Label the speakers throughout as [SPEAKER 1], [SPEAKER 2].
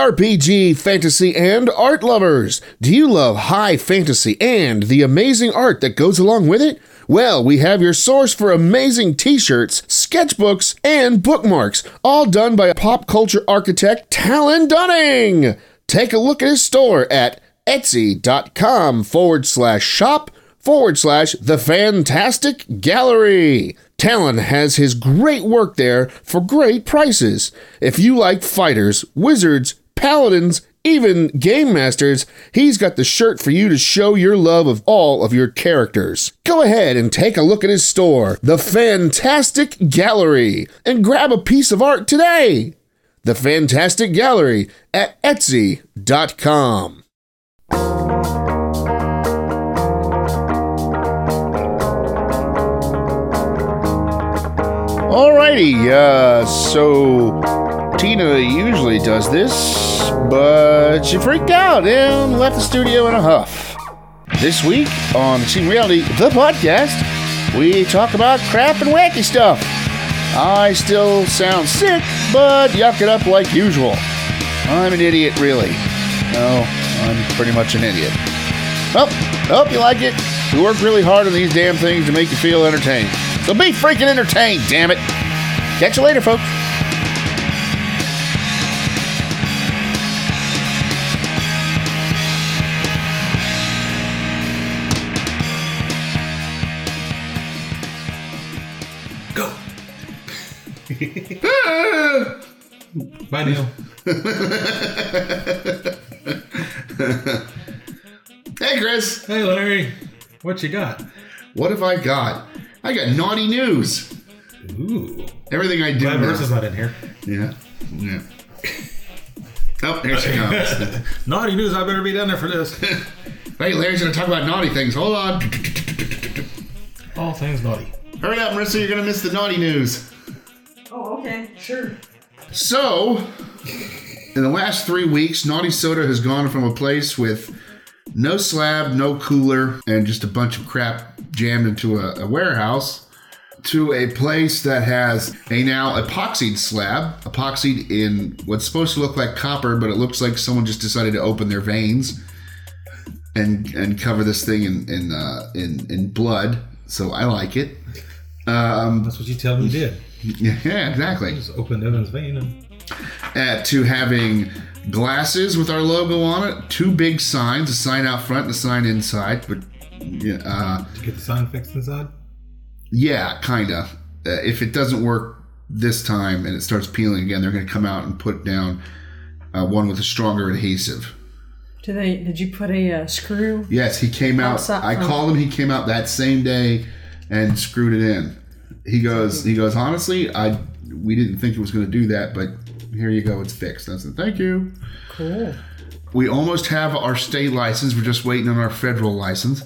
[SPEAKER 1] JRPG, fantasy, and art lovers. Do you love high fantasy and the amazing art that goes along with it? Well, we have your source for amazing t shirts, sketchbooks, and bookmarks, all done by pop culture architect Talon Dunning. Take a look at his store at etsy.com forward slash shop forward slash the fantastic gallery. Talon has his great work there for great prices. If you like fighters, wizards, paladins, even game masters, he's got the shirt for you to show your love of all of your characters. Go ahead and take a look at his store, The Fantastic Gallery, and grab a piece of art today. The Fantastic Gallery at Etsy.com. Alrighty, uh, so Tina usually does this, but she freaked out and left the studio in a huff. This week on Team Reality, the podcast, we talk about crap and wacky stuff. I still sound sick, but yuck it up like usual. I'm an idiot, really. No, I'm pretty much an idiot. Well, hope you like it. We work really hard on these damn things to make you feel entertained. So be freaking entertained, damn it. Catch you later, folks.
[SPEAKER 2] Go. Bye, Neil.
[SPEAKER 1] Hey, Chris.
[SPEAKER 2] Hey, Larry. What you got?
[SPEAKER 1] What have I got? I got naughty news.
[SPEAKER 2] Ooh.
[SPEAKER 1] Everything I do.
[SPEAKER 2] Glad
[SPEAKER 1] now-
[SPEAKER 2] Marissa's not in here.
[SPEAKER 1] Yeah. Yeah. Oh, here she comes.
[SPEAKER 2] Naughty news. I better be down there for this.
[SPEAKER 1] Hey, Larry's going to talk about naughty things. Hold on.
[SPEAKER 2] All things naughty.
[SPEAKER 1] Hurry up, Marissa. You're going to miss the naughty news.
[SPEAKER 3] Oh, okay, sure.
[SPEAKER 1] So, in the last three weeks, Naughty Soda has gone from a place with no slab, no cooler, and just a bunch of crap jammed into a, a warehouse to a place that has a now epoxied slab, epoxied in what's supposed to look like copper, but it looks like someone just decided to open their veins and and cover this thing in in uh, in, in blood. So I like it. Um,
[SPEAKER 2] That's what you tell me you did.
[SPEAKER 1] yeah, exactly.
[SPEAKER 2] Just opened Evan's vein and
[SPEAKER 1] uh, to having glasses with our logo on it, two big signs, a sign out front and a sign inside. But yeah, uh,
[SPEAKER 2] to get the sign fixed inside.
[SPEAKER 1] yeah, kind of. Uh, if it doesn't work this time and it starts peeling again, they're going to come out and put down uh, one with a stronger adhesive.
[SPEAKER 3] Do they? Did you put a uh, screw?
[SPEAKER 1] Yes, he came out.
[SPEAKER 3] Outside-
[SPEAKER 1] I
[SPEAKER 3] oh.
[SPEAKER 1] called him. He came out that same day and screwed it in. He goes. He goes. Honestly, I we didn't think it was going to do that, but here you go. It's fixed. I said, thank you.
[SPEAKER 3] Cool.
[SPEAKER 1] We almost have our state license. We're just waiting on our federal license.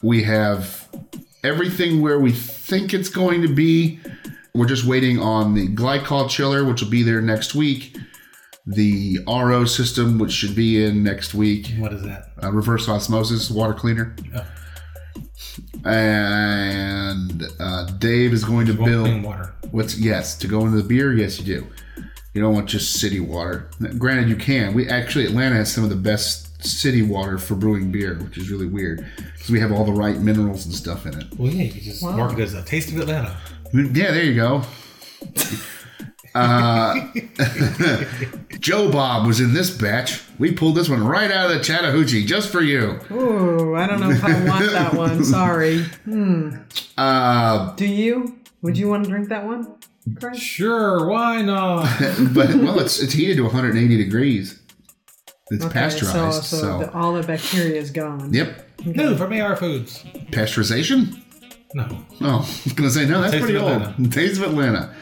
[SPEAKER 1] We have everything where we think it's going to be. We're just waiting on the glycol chiller, which will be there next week. The RO system, which should be in next week.
[SPEAKER 2] What is that?
[SPEAKER 1] Uh, reverse osmosis water cleaner.
[SPEAKER 2] Oh.
[SPEAKER 1] And uh, Dave is going to
[SPEAKER 2] Won't
[SPEAKER 1] build.
[SPEAKER 2] clean water.
[SPEAKER 1] What's yes to go into the beer? Yes, you do. You don't want just city water. Granted, you can. We actually Atlanta has some of the best city water for brewing beer, which is really weird because we have all the right minerals and stuff in it.
[SPEAKER 2] Well, yeah, you could just
[SPEAKER 3] Wow.
[SPEAKER 2] market it as a taste of Atlanta.
[SPEAKER 1] Yeah, there you go. Uh, Joe Bob was in this batch. We pulled this one right out of the Chattahoochee just for you.
[SPEAKER 3] Ooh, I don't know if I want that one. Sorry. Hmm.
[SPEAKER 1] Uh,
[SPEAKER 3] Do you? Would you want to drink that one? Chris?
[SPEAKER 2] Sure, why not?
[SPEAKER 1] but well, it's it's heated to 180 degrees. It's
[SPEAKER 3] so,
[SPEAKER 1] pasteurized, so,
[SPEAKER 3] so, The, all the bacteria is gone.
[SPEAKER 1] yep,
[SPEAKER 2] no, from AR Foods.
[SPEAKER 1] pasteurization.
[SPEAKER 2] No.
[SPEAKER 1] Oh, I was gonna say no. That's
[SPEAKER 2] Taste
[SPEAKER 1] pretty
[SPEAKER 2] of
[SPEAKER 1] old.
[SPEAKER 2] Atlanta.
[SPEAKER 1] Taste of Atlanta.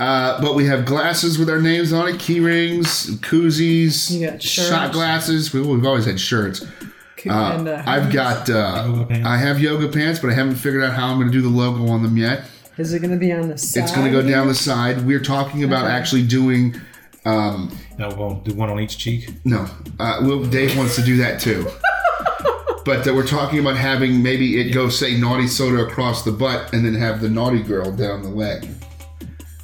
[SPEAKER 1] Uh, but we have glasses with our names on it, key rings, koozies,
[SPEAKER 3] You got shirts.
[SPEAKER 1] shot glasses. We, we've always had shirts.
[SPEAKER 3] Cool,
[SPEAKER 1] Uh,
[SPEAKER 3] and, uh,
[SPEAKER 1] I've got. Uh,
[SPEAKER 2] Yoga pants.
[SPEAKER 1] I have yoga pants, but I haven't figured out how I'm going to do the logo on them yet.
[SPEAKER 3] Is it going to be on the side?
[SPEAKER 1] It's going to go down the side. We're talking about actually doing. Um,
[SPEAKER 2] No, we'll do one on each cheek.
[SPEAKER 1] no, uh, well, Dave wants to do that too. But that we're talking about having maybe it go say naughty soda across the butt and then have the naughty girl down the leg.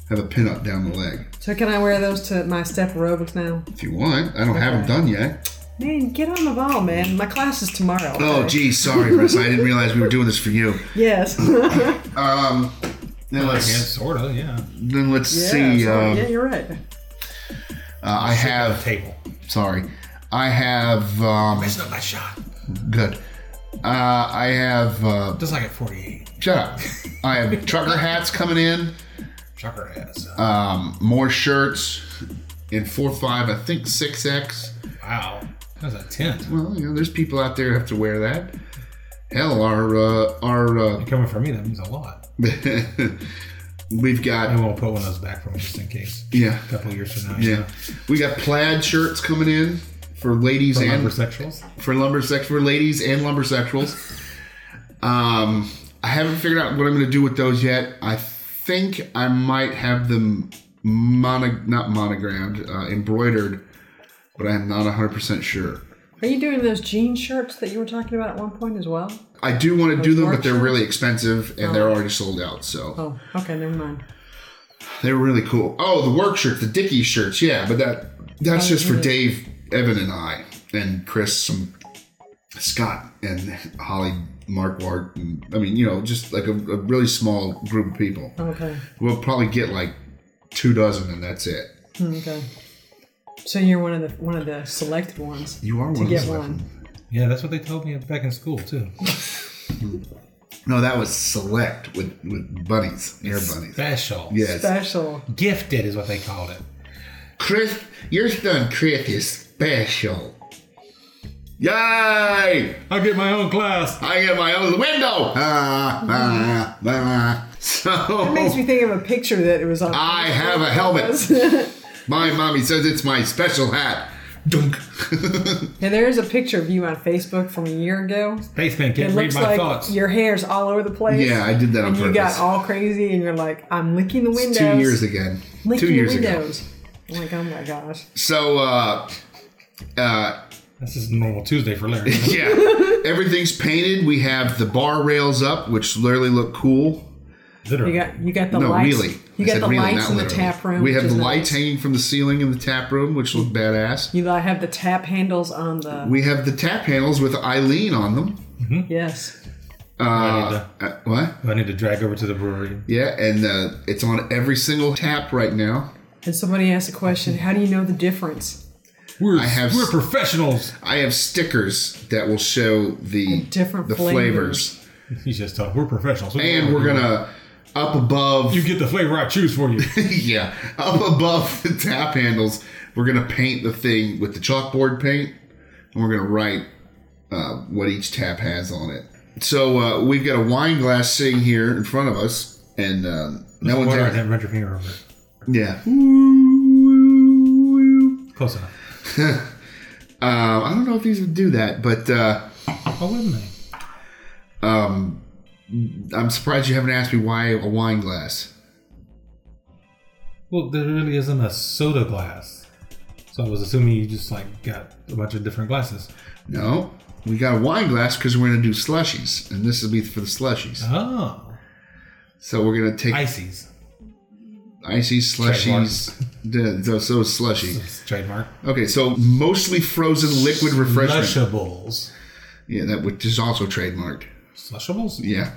[SPEAKER 1] Have a pin up down the leg.
[SPEAKER 3] So So can I wear those to my step aerobics now?
[SPEAKER 1] If you want, I don't have them done yet.
[SPEAKER 3] Man, get on the ball, man. My class is tomorrow.
[SPEAKER 1] Oh,
[SPEAKER 3] okay?
[SPEAKER 1] geez, sorry, Russ. I didn't realize we were doing this for you.
[SPEAKER 3] Yes.
[SPEAKER 1] Um, then
[SPEAKER 2] Yeah,
[SPEAKER 1] let's
[SPEAKER 2] sorta. Yeah.
[SPEAKER 1] then let's
[SPEAKER 3] yeah,
[SPEAKER 1] see.
[SPEAKER 3] sorry.
[SPEAKER 1] um,
[SPEAKER 3] yeah, you're right.
[SPEAKER 1] uh, I
[SPEAKER 2] The
[SPEAKER 1] have
[SPEAKER 2] table.
[SPEAKER 1] sorry, I have um,
[SPEAKER 2] It's not my shot.
[SPEAKER 1] good. Uh, I have uh,
[SPEAKER 2] Just like at 48.
[SPEAKER 1] shut up. I have trucker hats coming in.
[SPEAKER 2] Shocker ass.
[SPEAKER 1] Um, more shirts in four five. I think six X.
[SPEAKER 2] wow. That's a tent.
[SPEAKER 1] Well, you know, there's people out there who have to wear that. Hell, our uh, our uh,
[SPEAKER 2] Coming from me, that means a lot.
[SPEAKER 1] we've
[SPEAKER 2] I
[SPEAKER 1] got
[SPEAKER 2] won't put one of those back for me just in case.
[SPEAKER 1] yeah
[SPEAKER 2] A couple of years from now. you know,
[SPEAKER 1] yeah we got plaid shirts coming in for ladies
[SPEAKER 2] For
[SPEAKER 1] and
[SPEAKER 2] lumbersexuals.
[SPEAKER 1] for lumbersex for ladies and lumbersexuals. Um, I haven't figured out what I'm going to do with those yet. I think I might have them mono not monogrammed uh, embroidered, but I'm not 100 percent sure.
[SPEAKER 3] Are you doing those jean shirts that you were talking about at one point as well?
[SPEAKER 1] I do want to do them, but they're
[SPEAKER 3] March?
[SPEAKER 1] really expensive and they're already sold out. So.
[SPEAKER 3] Oh, okay, never mind.
[SPEAKER 1] They were really cool. Oh, the work shirts, the Dickie shirts, yeah, but that that's
[SPEAKER 3] Oh,
[SPEAKER 1] just for Dave, Evan, and I, and Chris, some Scott, and Holly Markwart. And, I mean, you know, just like a, a really small group of people.
[SPEAKER 3] Okay,
[SPEAKER 1] We'll probably get like two dozen, and that's it.
[SPEAKER 3] okay. So you're one of the one of the selected ones.
[SPEAKER 1] You are
[SPEAKER 3] to
[SPEAKER 1] one of
[SPEAKER 3] get
[SPEAKER 1] those.
[SPEAKER 3] one.
[SPEAKER 2] Yeah, that's what they told me back in school, too.
[SPEAKER 1] No, that was select with with bunnies, air bunnies.
[SPEAKER 2] Special.
[SPEAKER 1] Yes,
[SPEAKER 3] Special.
[SPEAKER 2] Gifted is what they called it.
[SPEAKER 1] Chris, your son Chris is special. Yay!
[SPEAKER 2] I get my own class.
[SPEAKER 1] I get my own window. Ah, ah, ah.
[SPEAKER 3] It makes
[SPEAKER 1] So
[SPEAKER 3] me think of a picture that it was on.
[SPEAKER 1] I have a helmet. My mommy says it's my special hat. Dunk.
[SPEAKER 3] And there is a picture of you on Facebook from a year ago.
[SPEAKER 2] Basement
[SPEAKER 3] It
[SPEAKER 2] can't read
[SPEAKER 3] looks
[SPEAKER 2] my
[SPEAKER 3] like
[SPEAKER 2] thoughts.
[SPEAKER 3] your hair's all over the place.
[SPEAKER 1] yeah, I did that on
[SPEAKER 3] and you
[SPEAKER 1] purpose.
[SPEAKER 3] got all crazy, and you're like, "I'm licking the
[SPEAKER 1] It's
[SPEAKER 3] windows."
[SPEAKER 1] two years again.
[SPEAKER 3] Licking
[SPEAKER 1] two years
[SPEAKER 3] the
[SPEAKER 1] ago.
[SPEAKER 3] windows. I'm like, oh my gosh.
[SPEAKER 1] So, uh, uh,
[SPEAKER 2] This is normal Tuesday for Larry.
[SPEAKER 1] yeah, everything's painted. We have the bar rails up, which literally look cool.
[SPEAKER 2] Literally.
[SPEAKER 3] You got you got the
[SPEAKER 1] No,
[SPEAKER 3] lights.
[SPEAKER 1] really.
[SPEAKER 3] You
[SPEAKER 1] I
[SPEAKER 3] got
[SPEAKER 1] said
[SPEAKER 3] the
[SPEAKER 1] really,
[SPEAKER 3] lights
[SPEAKER 1] not
[SPEAKER 3] in the
[SPEAKER 1] literally.
[SPEAKER 3] tap room.
[SPEAKER 1] We have
[SPEAKER 3] which
[SPEAKER 1] the
[SPEAKER 3] is
[SPEAKER 1] lights
[SPEAKER 3] nice.
[SPEAKER 1] hanging from the ceiling in the tap room, which look badass.
[SPEAKER 3] You like have the tap handles on the
[SPEAKER 1] We have the tap handles with Eileen on them.
[SPEAKER 3] yes.
[SPEAKER 1] Uh, uh, what?
[SPEAKER 2] I need to drag over to the brewery.
[SPEAKER 1] Yeah, and uh, it's on every single tap right now.
[SPEAKER 3] And somebody asked a question. How do you know the difference?
[SPEAKER 2] We're,
[SPEAKER 1] I have-
[SPEAKER 2] we're professionals.
[SPEAKER 1] I have stickers that will show the
[SPEAKER 3] different
[SPEAKER 1] the
[SPEAKER 3] flavors.
[SPEAKER 1] flavors,
[SPEAKER 2] He's just tough. We're professionals.
[SPEAKER 1] and we're gonna up above.
[SPEAKER 2] You get the flavor I choose for you.
[SPEAKER 1] yeah, up above the tap handles, we're gonna paint the thing with the chalkboard paint, and we're gonna write uh, what each tap has on it. So uh, we've got a wine glass sitting here in front of us, and uh, no one's
[SPEAKER 2] Water, I
[SPEAKER 1] out.
[SPEAKER 2] didn't run your finger over it.
[SPEAKER 1] Yeah,
[SPEAKER 2] Close enough.
[SPEAKER 1] uh, I don't know if these would do that, but. Uh,
[SPEAKER 2] Oh, wouldn't they?
[SPEAKER 1] Um, I'm surprised you haven't asked me why a wine glass.
[SPEAKER 2] Well, there really isn't a soda glass. So I was assuming you just like got a bunch of different glasses.
[SPEAKER 1] No, we got a wine glass because we're gonna do slushies, and this will be for the slushies.
[SPEAKER 2] Oh.
[SPEAKER 1] So we're gonna take
[SPEAKER 2] Ices.
[SPEAKER 1] icy slushies. Yeah, so so is slushy.
[SPEAKER 2] It's trademark.
[SPEAKER 1] Okay, so mostly frozen liquid refreshment.
[SPEAKER 2] Slushables.
[SPEAKER 1] Yeah, that which is also trademarked.
[SPEAKER 2] Slushables?
[SPEAKER 1] Yeah,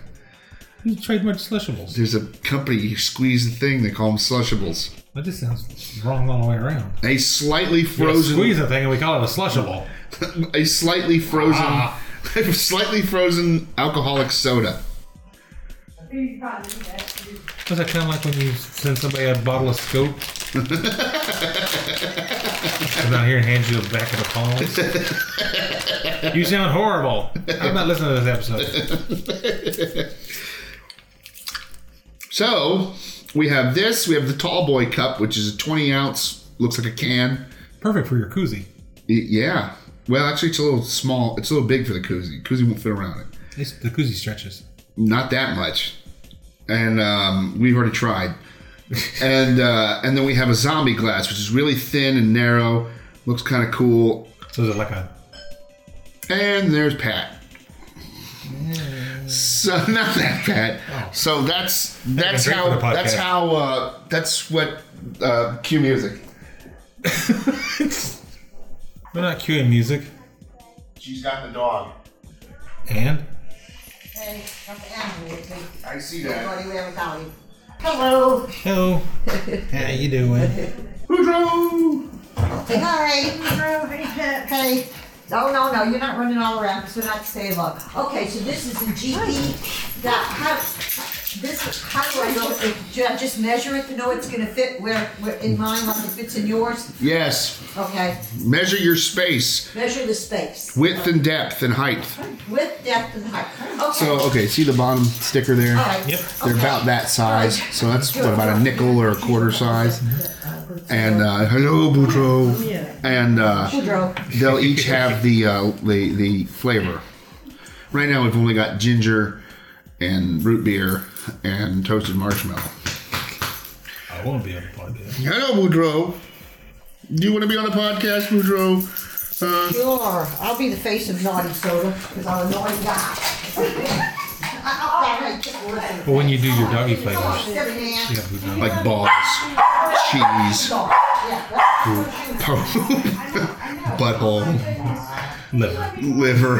[SPEAKER 2] You trademark slushables.
[SPEAKER 1] there's a company you squeeze the thing. They call them slushables.
[SPEAKER 2] That just sounds wrong all the way around.
[SPEAKER 1] A slightly
[SPEAKER 2] We gotta
[SPEAKER 1] frozen,
[SPEAKER 2] Squeeze a thing and we call it a slushable.
[SPEAKER 1] a slightly frozen,
[SPEAKER 2] Ah.
[SPEAKER 1] slightly frozen alcoholic soda.
[SPEAKER 2] Is that kind of like when you send somebody a bottle of scope? Comes out here and hands you the back of the palms. you sound horrible. I'm not listening to this episode.
[SPEAKER 1] So we have this. We have the Tall Boy cup, which is a 20 ounce, looks like a can.
[SPEAKER 2] Perfect for your koozie.
[SPEAKER 1] Y- yeah. Well, actually, it's a little small. It's a little big for the koozie. Koozie won't fit around it.
[SPEAKER 2] It's the koozie stretches.
[SPEAKER 1] Not that much. And um, we've already tried. and uh, and then we have a zombie glass, which is really thin and narrow. Looks kind of cool.
[SPEAKER 2] So is it like a
[SPEAKER 1] And there's Pat. So not that bad. So that's that's
[SPEAKER 2] great Oh. for
[SPEAKER 1] how
[SPEAKER 2] the podcast.
[SPEAKER 1] that's how uh, that's what uh, cue music.
[SPEAKER 2] We're not cueing music.
[SPEAKER 1] She's got the dog.
[SPEAKER 2] And
[SPEAKER 4] Hey, Dr. Andrew with me.
[SPEAKER 1] I see that.
[SPEAKER 4] Buddy, we have a colleague. Hello.
[SPEAKER 2] hello, how you doing?
[SPEAKER 1] Boudreaux!
[SPEAKER 4] Hey, hi. Hello. Hey, Pat. Hey. No, no, no, you're not running all around, so not stay long. Okay, so this is the GP. That, how, this, is- how do I know, if- do I just measure it to know it's gonna fit where, where, in mine, like it fits in yours?
[SPEAKER 1] Yes.
[SPEAKER 4] Okay,
[SPEAKER 1] Measure your space,
[SPEAKER 4] measure the space,
[SPEAKER 1] width and depth and height.
[SPEAKER 4] width, depth, and height.
[SPEAKER 1] So
[SPEAKER 4] Okay.
[SPEAKER 1] okay, see the bottom sticker there.
[SPEAKER 4] All right.
[SPEAKER 2] Yep.
[SPEAKER 1] They're
[SPEAKER 4] Okay.
[SPEAKER 1] about that size. So that's what about a nickel or a quarter size. And uh, hello, Boudreaux. And uh,
[SPEAKER 4] Boudreaux.
[SPEAKER 1] they'll each have the uh, the the flavor. Right now, we've only got ginger and root beer and toasted marshmallow.
[SPEAKER 2] I won't be on the podcast.
[SPEAKER 1] Hello, Boudreaux. Do you want to be on the podcast, Boudreaux? Uh,
[SPEAKER 4] Sure, I'll be the face of naughty soda because I'm a naughty guy. All right, just listen.
[SPEAKER 2] But when you do your doggy flavors,
[SPEAKER 4] Yeah.
[SPEAKER 2] yeah, who knows?
[SPEAKER 1] like balls, cheese, poop, butthole,
[SPEAKER 2] liver.
[SPEAKER 1] liver.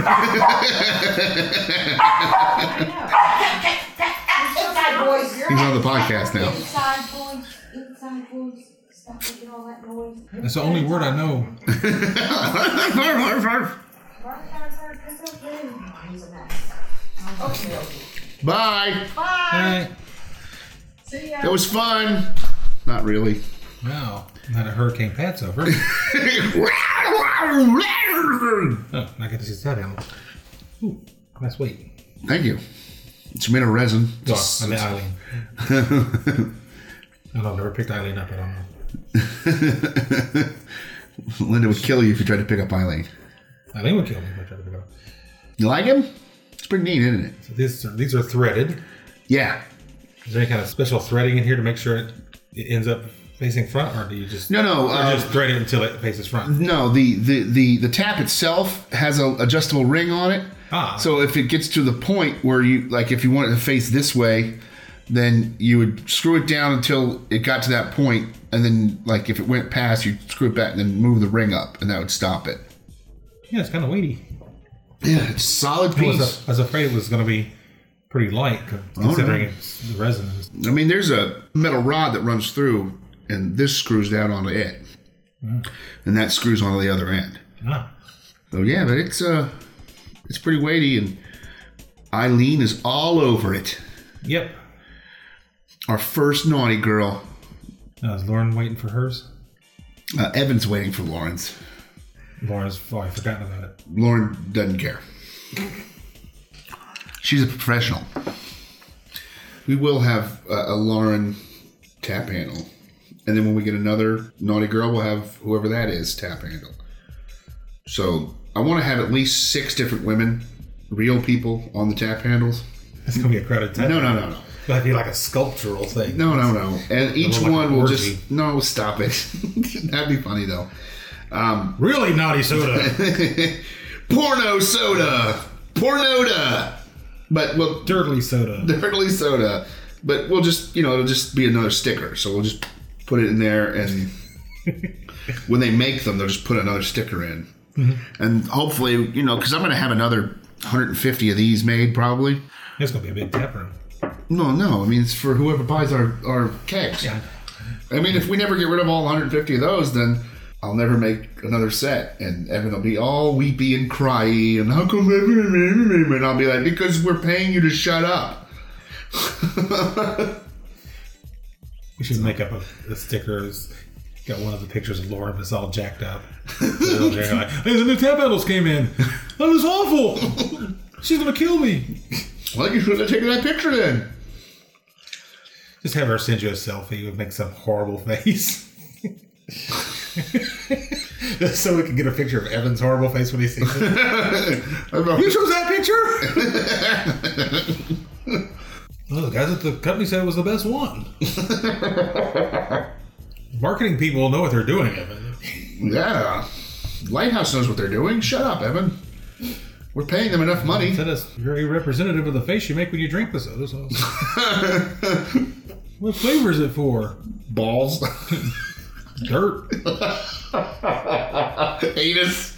[SPEAKER 4] Inside boys, you're
[SPEAKER 1] He's on the podcast now.
[SPEAKER 5] Inside voice, inside voice, stop making all that noise.
[SPEAKER 2] That's the only word I know.
[SPEAKER 5] That's okay.
[SPEAKER 1] Bye.
[SPEAKER 2] All right.
[SPEAKER 1] That was fun. Not really.
[SPEAKER 2] Wow. Not a hurricane pat's over. Oh, I got to see that animal. Ooh, that's weight.
[SPEAKER 1] Thank you. It's made of resin.
[SPEAKER 2] Oh, I meant Eileen. I don't know, never picked Eileen up. I don't know.
[SPEAKER 1] Linda would kill you if you tried to pick up Eileen.
[SPEAKER 2] Eileen would kill me if I tried to pick her up.
[SPEAKER 1] You like him? It's pretty neat, isn't it?
[SPEAKER 2] So these are, these are threaded.
[SPEAKER 1] Yeah.
[SPEAKER 2] Is there any kind of special threading in here to make sure it, it ends up facing front, or do you just
[SPEAKER 1] No, no.
[SPEAKER 2] or
[SPEAKER 1] Uh,
[SPEAKER 2] just thread it until it faces front?
[SPEAKER 1] no, the, the, the, the tap itself has a adjustable ring on it.
[SPEAKER 2] Ah.
[SPEAKER 1] So if it gets to the point where you, like if you want it to face this way, then you would screw it down until it got to that point, And then like if it went past, you'd screw it back and then move the ring up and that would stop it.
[SPEAKER 2] Yeah, it's kind of weighty.
[SPEAKER 1] Yeah, it's a solid
[SPEAKER 2] I was,
[SPEAKER 1] piece. Oh,
[SPEAKER 2] I was afraid it was going to be pretty light considering it's the resin. is-
[SPEAKER 1] I mean, there's a metal rod that runs through, and this screws down onto it, and that screws onto the other end.
[SPEAKER 2] Ah,
[SPEAKER 1] So yeah, but it's uh, it's pretty weighty, and Eileen is all over it.
[SPEAKER 2] yep.
[SPEAKER 1] Our first naughty girl.
[SPEAKER 2] Now, is Lauren waiting for hers?
[SPEAKER 1] Uh, Evan's waiting for Lauren's.
[SPEAKER 2] Lauren's probably oh, forgotten about it.
[SPEAKER 1] Lauren doesn't care. She's a professional. We will have uh, a, a Lauren tap handle, and then when we get another naughty girl, we'll have whoever that is tap handle. So I want to have at least six different women, real people, on the tap handles.
[SPEAKER 2] It's going to be a crowded time.
[SPEAKER 1] No, no, no, no.
[SPEAKER 2] It's going to be like a sculptural thing.
[SPEAKER 1] No, no, no. And each
[SPEAKER 2] Like an
[SPEAKER 1] one will
[SPEAKER 2] orgy.
[SPEAKER 1] just no. Stop it. That'd be funny though.
[SPEAKER 2] Really naughty soda.
[SPEAKER 1] Porno soda. Pornoda. But we'll
[SPEAKER 2] Dirtly soda.
[SPEAKER 1] the hurtley soda. But we'll just, you know, it'll just be another sticker. So we'll just put it in there, and when they make them, they'll just put another sticker in, and hopefully, you know, because I'm gonna have another 150 of these made probably.
[SPEAKER 2] It's going to be a big tap room.
[SPEAKER 1] No, no, I mean it's for whoever buys our our kegs.
[SPEAKER 2] Yeah.
[SPEAKER 1] I mean, if we never get rid of all 150 of those, then I'll never make another set, and Evan will be all weepy and cryy, and how come? And I'll be like, because we're paying you to shut up.
[SPEAKER 2] We should make up a, a sticker. It's got one of the pictures of Lauren that's all jacked up. They're like, hey, the new tap handles came in. That was awful. She's going to kill me.
[SPEAKER 1] Well, you should have taken that picture then.
[SPEAKER 2] Just have her send you a selfie and make some horrible face. Just so we can get a picture of Evan's horrible face when he sees it. you chose that picture? well, Oh, the guys at the company said it was the best one. Marketing people know what they're doing, Evan.
[SPEAKER 1] Yeah. Lighthouse knows what they're doing. Shut up, Evan. We're paying them enough money.
[SPEAKER 2] That is very representative of the face you make when you drink the soda sauce. what flavor is it for?
[SPEAKER 1] Balls.
[SPEAKER 2] Dirt.
[SPEAKER 1] Anus.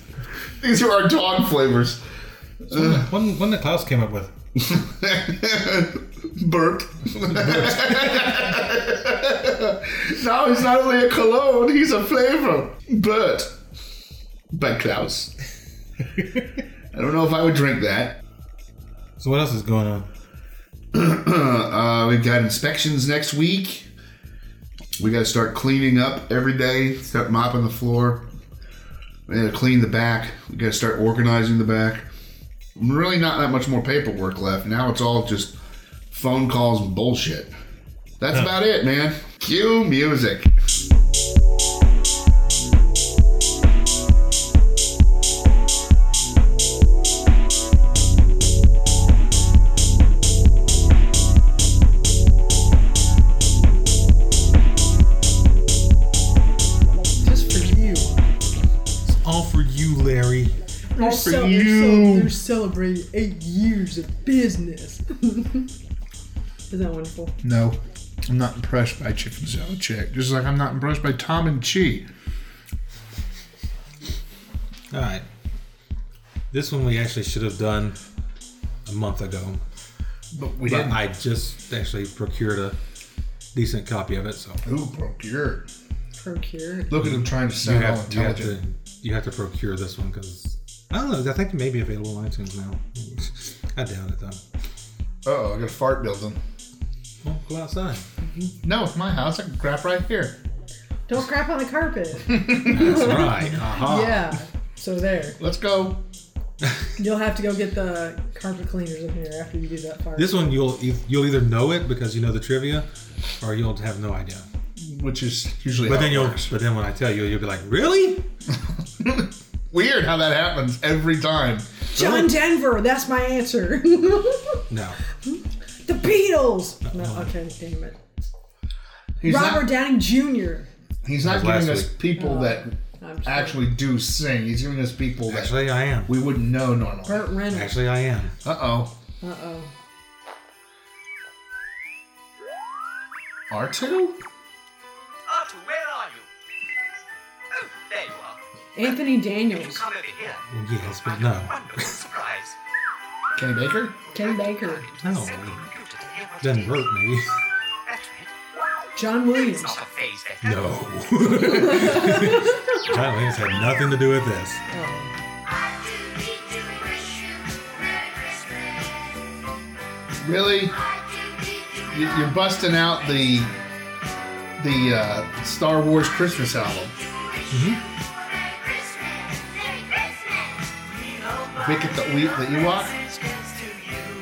[SPEAKER 1] These are our dog flavors.
[SPEAKER 2] One, one that Klaus came up with.
[SPEAKER 1] Burnt. now he's not only a cologne, he's a flavor. Bert. By Klaus. I don't know if I would drink that.
[SPEAKER 2] So what else is going on?
[SPEAKER 1] Uh, we've got inspections next week. We got to start cleaning up every day. Start mopping the floor. We got to clean the back. We got to start organizing the back. Really, not that much more paperwork left. Now it's all just phone calls and bullshit. That's about it, man. Cue music.
[SPEAKER 3] Just for you.
[SPEAKER 2] It's all for you, Larry.
[SPEAKER 3] They're cel- they're
[SPEAKER 1] you.
[SPEAKER 3] cel- they're celebrating eight years of business. Isn't that wonderful?
[SPEAKER 1] No, I'm not impressed by Chicken Salad Chick. Just like I'm not impressed by Tom and Chi.
[SPEAKER 2] All right. This one we actually should have done a month ago,
[SPEAKER 1] But we
[SPEAKER 2] but I just actually procured a decent copy of it, so
[SPEAKER 1] Who procure?
[SPEAKER 3] Procure.
[SPEAKER 1] Look at him trying to
[SPEAKER 2] you
[SPEAKER 1] sound all
[SPEAKER 2] have, you have
[SPEAKER 1] intelligent.
[SPEAKER 2] to you have to procure this one because I don't know. I think it may be available on iTunes now. I doubt it though.
[SPEAKER 1] Oh, I got a fart building.
[SPEAKER 2] Well, go outside.
[SPEAKER 1] No, it's my house. I can crap right here.
[SPEAKER 3] Don't crap on the carpet.
[SPEAKER 2] That's right.
[SPEAKER 1] Ah.
[SPEAKER 2] Aha.
[SPEAKER 3] yeah. So there.
[SPEAKER 1] Let's go.
[SPEAKER 3] You'll have to go get the carpet cleaners in here after you do that fire.
[SPEAKER 2] This one you'll e- you'll either know it because you know the trivia, or you'll have no idea.
[SPEAKER 1] Which is usually.
[SPEAKER 2] But
[SPEAKER 1] how
[SPEAKER 2] then
[SPEAKER 1] it
[SPEAKER 2] you'll
[SPEAKER 1] works.
[SPEAKER 2] but then when I tell you, you'll be like, really?
[SPEAKER 1] Weird how that happens every time.
[SPEAKER 3] John Denver, that's my answer. the
[SPEAKER 2] No.
[SPEAKER 3] Beatles. No, okay, damn it.
[SPEAKER 1] He's
[SPEAKER 3] Robert
[SPEAKER 1] not,
[SPEAKER 3] Downey Jr.
[SPEAKER 1] he's not
[SPEAKER 2] That was
[SPEAKER 1] giving
[SPEAKER 2] last
[SPEAKER 1] us people that
[SPEAKER 3] I'm sorry.
[SPEAKER 1] actually do sing. He's giving us people that
[SPEAKER 2] Actually, I am.
[SPEAKER 1] we wouldn't know normally.
[SPEAKER 3] Burt Reynolds.
[SPEAKER 2] Actually, I am.
[SPEAKER 1] Uh oh.
[SPEAKER 3] Uh oh.
[SPEAKER 1] R2?
[SPEAKER 6] Arthur, where are you? Oh, there you are.
[SPEAKER 3] Anthony Daniels.
[SPEAKER 6] Come over here.
[SPEAKER 2] Well, yes, but
[SPEAKER 6] What
[SPEAKER 2] no.
[SPEAKER 6] a wonderful surprise.
[SPEAKER 1] Kenny Baker?
[SPEAKER 3] Ken Baker.
[SPEAKER 2] No. Doesn't work, maybe.
[SPEAKER 6] That's right.
[SPEAKER 3] John Williams.
[SPEAKER 6] Not a phase that
[SPEAKER 2] No. John Williams had nothing to do with this.
[SPEAKER 1] Really? You- You're busting out the the uh, Star Wars Christmas album. Wicket the, we, the Ewok?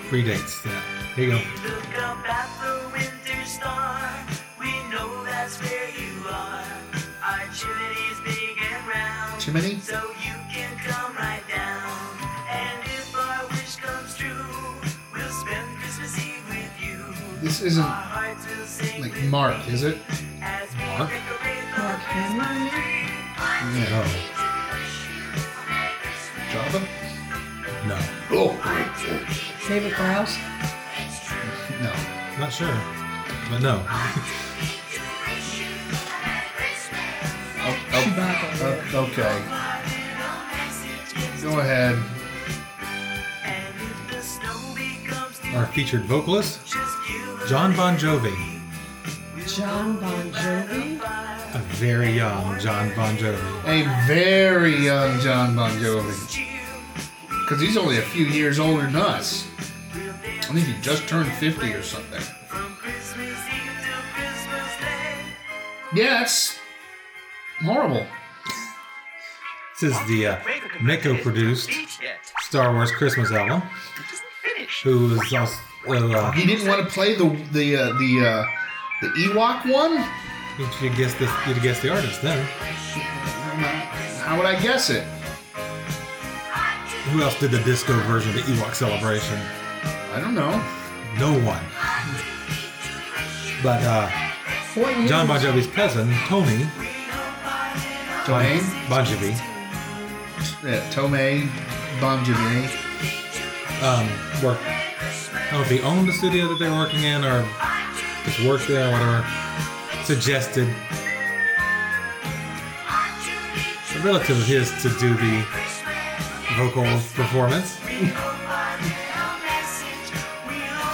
[SPEAKER 2] Predates that. Here you go.
[SPEAKER 6] Look up at the winter star. We know that's where you are. Our chimney's big and round.
[SPEAKER 1] Chimney?
[SPEAKER 6] So you can come right down. And if our wish comes true, we'll spend Christmas Eve with you.
[SPEAKER 1] This isn't
[SPEAKER 6] Our hearts will sing
[SPEAKER 1] like
[SPEAKER 6] with
[SPEAKER 1] Mark, is it?
[SPEAKER 6] you as we
[SPEAKER 2] Mark?
[SPEAKER 6] decorate the
[SPEAKER 3] Mark Hamill.
[SPEAKER 2] No.
[SPEAKER 1] Java?
[SPEAKER 2] No.
[SPEAKER 1] Oh,
[SPEAKER 3] David Krause.
[SPEAKER 1] no.
[SPEAKER 2] Not sure. But no.
[SPEAKER 1] Oh, oh,
[SPEAKER 3] Chewbacca.
[SPEAKER 1] oh, okay. Go ahead.
[SPEAKER 6] And if the snow becomes deep,
[SPEAKER 2] Our featured vocalist,
[SPEAKER 6] just give us
[SPEAKER 2] John Bon Jovi.
[SPEAKER 3] John Bon Jovi.
[SPEAKER 2] A very young John Bon Jovi.
[SPEAKER 1] A very young John Bon Jovi.
[SPEAKER 6] cheer.
[SPEAKER 1] Because he's only a few years older than us. I think he just turned 50 or something.
[SPEAKER 6] From Christmas Eve to Christmas Day.
[SPEAKER 1] Yeah, that's horrible.
[SPEAKER 2] This is the uh, Miko produced Star Wars Christmas album. Who was also. Uh,
[SPEAKER 1] He didn't want to play the the uh, the uh, the Ewok one.
[SPEAKER 2] you should guess this. You'd guess the artist then.
[SPEAKER 1] How would I guess it?
[SPEAKER 2] Who else did the disco version of the Ewok Celebration?
[SPEAKER 1] I don't know.
[SPEAKER 2] No one. But uh,
[SPEAKER 3] What year?
[SPEAKER 2] John Bon Jovi's cousin, Tony Bon,
[SPEAKER 1] Tomei,
[SPEAKER 2] bon Jovi,
[SPEAKER 1] yeah, Tomei Bon Jovi.
[SPEAKER 2] um, worked. I don't know if he owned the studio that they were working in or just worked there or whatever. Suggested a relative of his to do the vocal performance.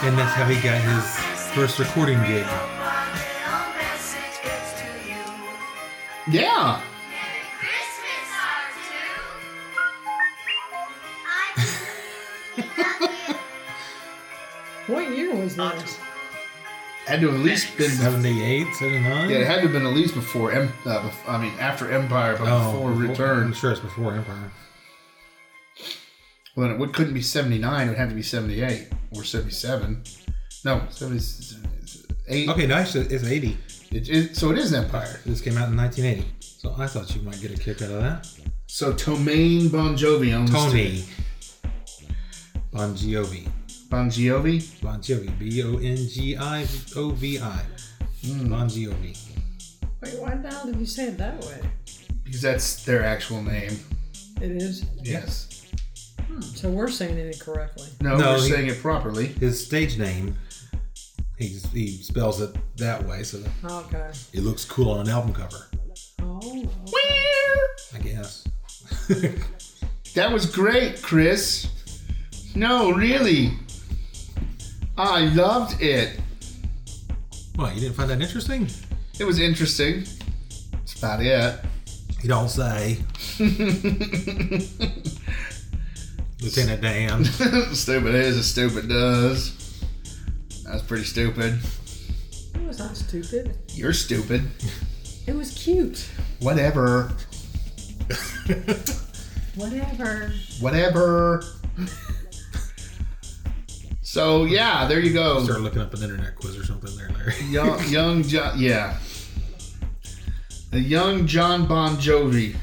[SPEAKER 2] and that's how he got his first recording gig.
[SPEAKER 1] Yeah.
[SPEAKER 3] What year was this?
[SPEAKER 1] Had to at least been.
[SPEAKER 2] 78, 79?
[SPEAKER 1] Yeah, it had to have been at least before. Em- uh, bef- I mean, after Empire, but
[SPEAKER 2] Oh,
[SPEAKER 1] before
[SPEAKER 2] I'm
[SPEAKER 1] Return.
[SPEAKER 2] sure it's before Empire.
[SPEAKER 1] Well, then it would- couldn't be 79. It had to be 78 or 77. No, 78.
[SPEAKER 2] Okay, no, actually, it's 80.
[SPEAKER 1] It, it, so it is an Empire.
[SPEAKER 2] This came out in 1980. So I thought you might get a kick out of that.
[SPEAKER 1] So Tomaine Bon Jovi owns
[SPEAKER 2] Tony. Bon Jovi.
[SPEAKER 1] Bon Jovi.
[SPEAKER 2] Bon Jovi. B O N G I O V I. Bon Jovi.
[SPEAKER 3] Wait, why the hell did you say it that way?
[SPEAKER 1] Because that's their actual name.
[SPEAKER 3] It is.
[SPEAKER 1] Yes.
[SPEAKER 3] So we're saying it incorrectly.
[SPEAKER 1] No,
[SPEAKER 2] No,
[SPEAKER 1] we're
[SPEAKER 2] he-
[SPEAKER 1] saying it properly.
[SPEAKER 2] His stage name, he, he spells it that way, so that
[SPEAKER 3] Okay.
[SPEAKER 2] it looks cool on an album cover,
[SPEAKER 3] Oh.
[SPEAKER 2] I guess.
[SPEAKER 1] That was great, Chris. No, really. I loved it.
[SPEAKER 2] what, you didn't find that interesting?
[SPEAKER 1] It was interesting. That's about it.
[SPEAKER 2] You don't say. Lieutenant Dan.
[SPEAKER 1] stupid is as stupid does. That's pretty stupid.
[SPEAKER 3] It was not stupid.
[SPEAKER 1] You're stupid.
[SPEAKER 3] It was cute.
[SPEAKER 1] Whatever.
[SPEAKER 3] Whatever.
[SPEAKER 1] Whatever. so yeah, there you go.
[SPEAKER 2] Start looking up an internet quiz or something there, Larry.
[SPEAKER 1] Young, young John, yeah. The young John Bon Jovi.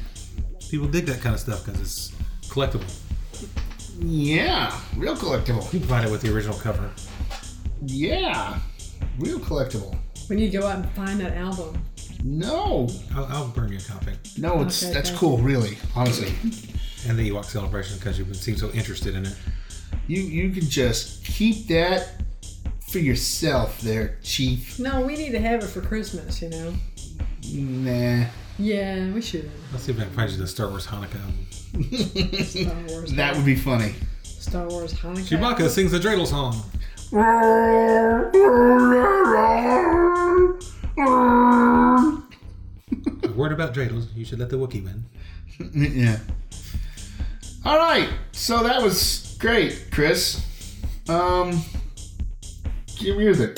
[SPEAKER 2] People dig that kind of stuff because it's collectible.
[SPEAKER 1] Yeah, real collectible.
[SPEAKER 2] You can find it with the original cover.
[SPEAKER 1] Yeah, real collectible.
[SPEAKER 3] When you go out and find that album.
[SPEAKER 1] No,
[SPEAKER 2] I'll, I'll burn you a copy.
[SPEAKER 1] no, it's
[SPEAKER 3] Okay,
[SPEAKER 1] that's
[SPEAKER 3] thank
[SPEAKER 1] cool. Really, honestly,
[SPEAKER 2] And the Ewok celebration because you seem so interested in it.
[SPEAKER 1] you you can just keep that for yourself, there, Chief.
[SPEAKER 3] No, we need to have it for Christmas, you know?
[SPEAKER 1] Nah,
[SPEAKER 3] Yeah, we should.
[SPEAKER 2] Let's see if I can find you the Star Wars Hanukkah album.
[SPEAKER 3] Star Wars.
[SPEAKER 1] that would be funny.
[SPEAKER 3] Star Wars Hanukkah.
[SPEAKER 2] Chewbacca sings the dreidel song. A word about dreidels, you should let the Wookiee win.
[SPEAKER 1] yeah. All right. So that was great, Chris. Um, cue music.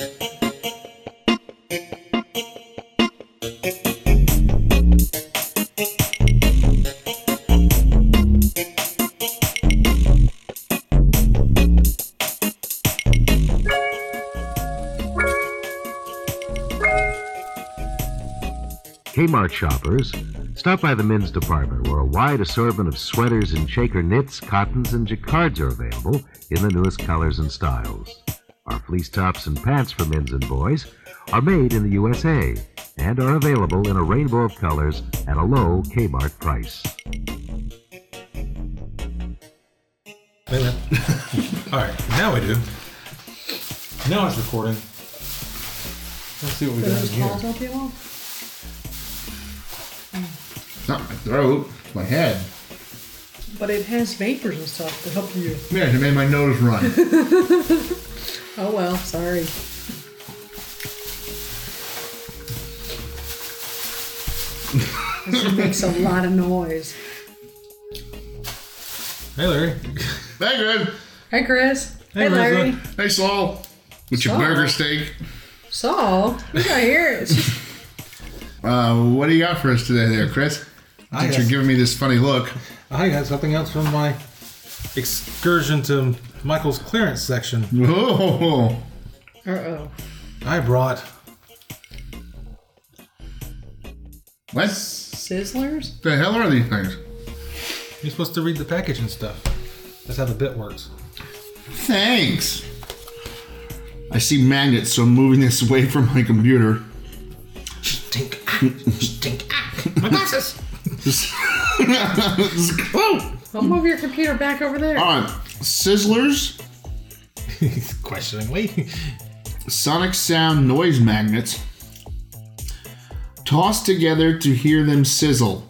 [SPEAKER 7] Kmart shoppers, stop by the men's department where a wide assortment of sweaters and shaker knits, cottons, and jacquards are available in the newest colors and styles. Our fleece tops and pants for men's and boys are made in the USA and are available in a rainbow of colors at a low Kmart price.
[SPEAKER 2] Wait a minute. All right, now we do. Now it's recording. Let's see what we
[SPEAKER 3] So
[SPEAKER 2] got in
[SPEAKER 3] those calls
[SPEAKER 2] here.
[SPEAKER 3] don't get off?
[SPEAKER 1] Not my throat, my head.
[SPEAKER 3] But it has vapors and stuff to help you.
[SPEAKER 1] Man, it made my nose run.
[SPEAKER 3] Oh well, sorry. It makes a lot of noise.
[SPEAKER 2] Hey, Larry.
[SPEAKER 1] hey, good.
[SPEAKER 3] Hey Chris.
[SPEAKER 2] Hey,
[SPEAKER 3] Hey,
[SPEAKER 2] Rosa.
[SPEAKER 3] Larry.
[SPEAKER 1] Hey, Saul. With your
[SPEAKER 3] Saul?
[SPEAKER 1] burger steak.
[SPEAKER 3] Saul, we gotta hear it. It's just-
[SPEAKER 1] Uh, what do you got for us today, there, Chris?
[SPEAKER 2] I
[SPEAKER 1] Since you're
[SPEAKER 2] got-
[SPEAKER 1] giving me this funny look.
[SPEAKER 2] I got something else from my excursion to Michael's clearance section.
[SPEAKER 1] Whoa.
[SPEAKER 3] Uh-oh.
[SPEAKER 2] I brought
[SPEAKER 1] What
[SPEAKER 3] Sizzlers?
[SPEAKER 1] the hell are these things?
[SPEAKER 2] You're supposed to read the package and stuff. That's how the bit works.
[SPEAKER 1] Thanks. I see magnets, so I'm moving this away from my computer.
[SPEAKER 2] Stink. Stink. My glasses.
[SPEAKER 1] This- Whoa.
[SPEAKER 8] I'll move your computer back over there.
[SPEAKER 1] All right. Sizzlers,
[SPEAKER 2] He's questioningly.
[SPEAKER 1] sonic sound noise magnets, tossed together to hear them sizzle.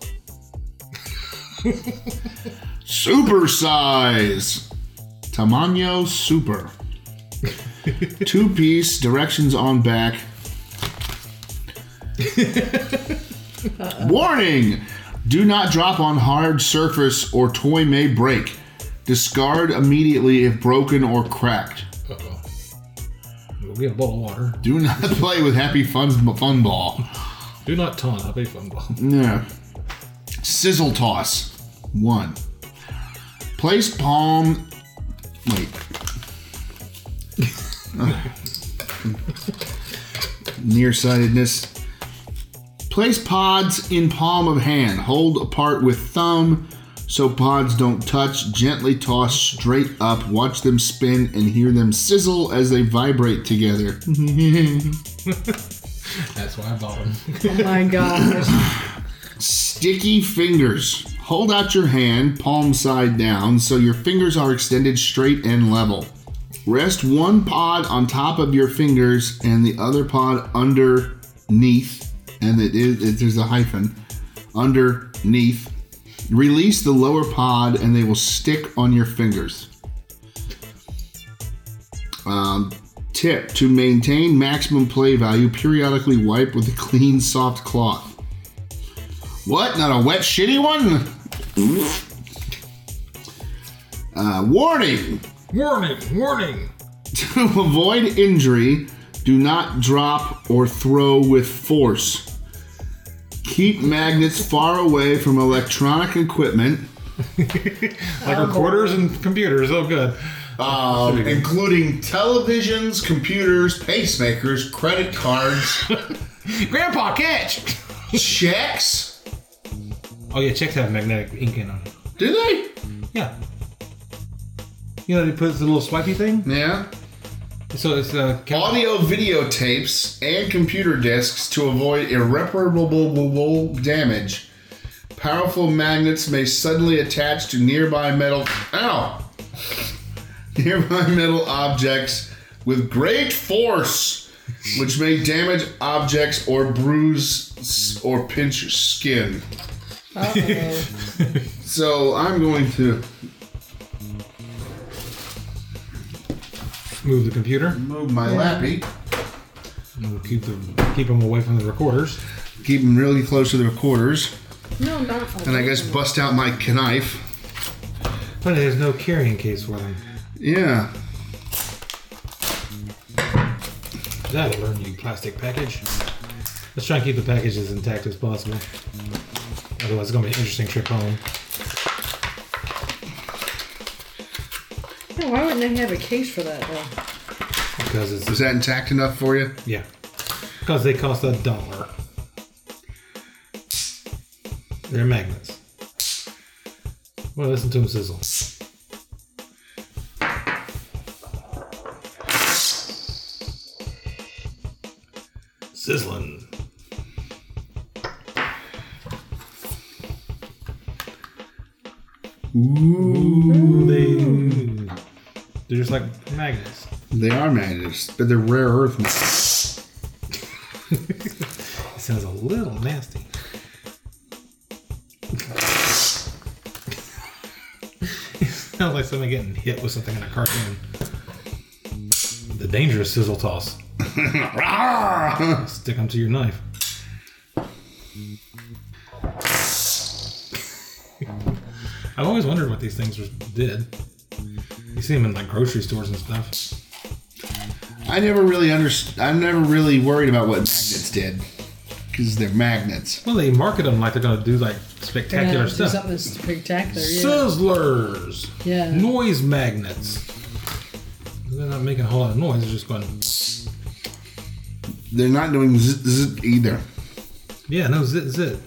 [SPEAKER 1] Super size. Tamaño super. Two piece, directions on back. Warning! Do not drop on hard surface or toy may break. Discard immediately if broken or cracked.
[SPEAKER 2] Uh-oh. We'll get a bowl of water.
[SPEAKER 1] Do not play with Happy Fun's Fun Ball.
[SPEAKER 2] Do not taunt Happy Fun Ball.
[SPEAKER 1] Yeah. Sizzle toss. One. Place palm. Wait. Nearsightedness. Place pods in palm of hand. Hold apart with thumb so pods don't touch. Gently toss straight up. Watch them spin and hear them sizzle as they vibrate together.
[SPEAKER 2] That's why I bought him.
[SPEAKER 8] Oh my gosh.
[SPEAKER 1] Sticky fingers. Hold out your hand, palm side down, so your fingers are extended straight and level. Rest one pod on top of your fingers and the other pod underneath, and it is it, there's a hyphen underneath. Release the lower pod, and they will stick on your fingers. Um, tip: To maintain maximum play value, periodically wipe with a clean, soft cloth. What? Not a wet, shitty one? Uh, warning!
[SPEAKER 2] Warning! Warning!
[SPEAKER 1] To avoid injury, do not drop or throw with force. Keep magnets far away from electronic equipment,
[SPEAKER 2] Like recorders and computers. Oh, good.
[SPEAKER 1] um, including televisions, computers, pacemakers, credit cards,
[SPEAKER 2] Grandpa, catch!
[SPEAKER 1] checks.
[SPEAKER 2] Oh, yeah, checks have magnetic ink in them.
[SPEAKER 1] Do they?
[SPEAKER 2] Yeah. You know, they put the little swipey thing.
[SPEAKER 1] Yeah.
[SPEAKER 2] So it's uh, cal-
[SPEAKER 1] Audio videotapes and computer discs to avoid irreparable damage. Powerful magnets may suddenly attach to nearby metal. Ow! Nearby metal objects with great force, which may damage objects or bruise s- or pinch your skin. so I'm going to
[SPEAKER 2] move the computer.
[SPEAKER 1] move my lappy,
[SPEAKER 2] And We'll keep them keep them away from the recorders.
[SPEAKER 1] keep them really close to the recorders,
[SPEAKER 8] No, not.
[SPEAKER 1] and I guess bust out my knife.
[SPEAKER 2] But there's no carrying case for them.
[SPEAKER 1] Yeah.
[SPEAKER 2] That'll learn you, plastic package. Let's try and keep the package as intact as possible. Otherwise, it's gonna be an interesting trip home.
[SPEAKER 8] Yeah, why wouldn't they have a case for that though?
[SPEAKER 2] Because it's
[SPEAKER 1] Is that intact enough for you?
[SPEAKER 2] yeah, because they cost a dollar. They're magnets. Well, listen to them sizzle. Sizzling. Ooh. They, they're just like magnets.
[SPEAKER 1] They are magnets, but they're rare earth magnets.
[SPEAKER 2] It sounds a little nasty. it sounds like someone getting hit with something in a cartoon. The dangerous sizzle toss. Stick them to your knife. I've always wondered what these things were, did. You see them in like grocery stores and stuff.
[SPEAKER 1] I never really understood. I'm never really worried about what magnets did because they're magnets.
[SPEAKER 2] Well, they market them like they're gonna do like spectacular
[SPEAKER 8] Yeah, do
[SPEAKER 2] stuff.
[SPEAKER 8] something spectacular. Yeah.
[SPEAKER 2] Sizzlers.
[SPEAKER 8] Yeah.
[SPEAKER 2] Noise magnets. They're not making a whole lot of noise. They're just going.
[SPEAKER 1] They're not doing zzz, zzz either.
[SPEAKER 2] Yeah, no zit zit.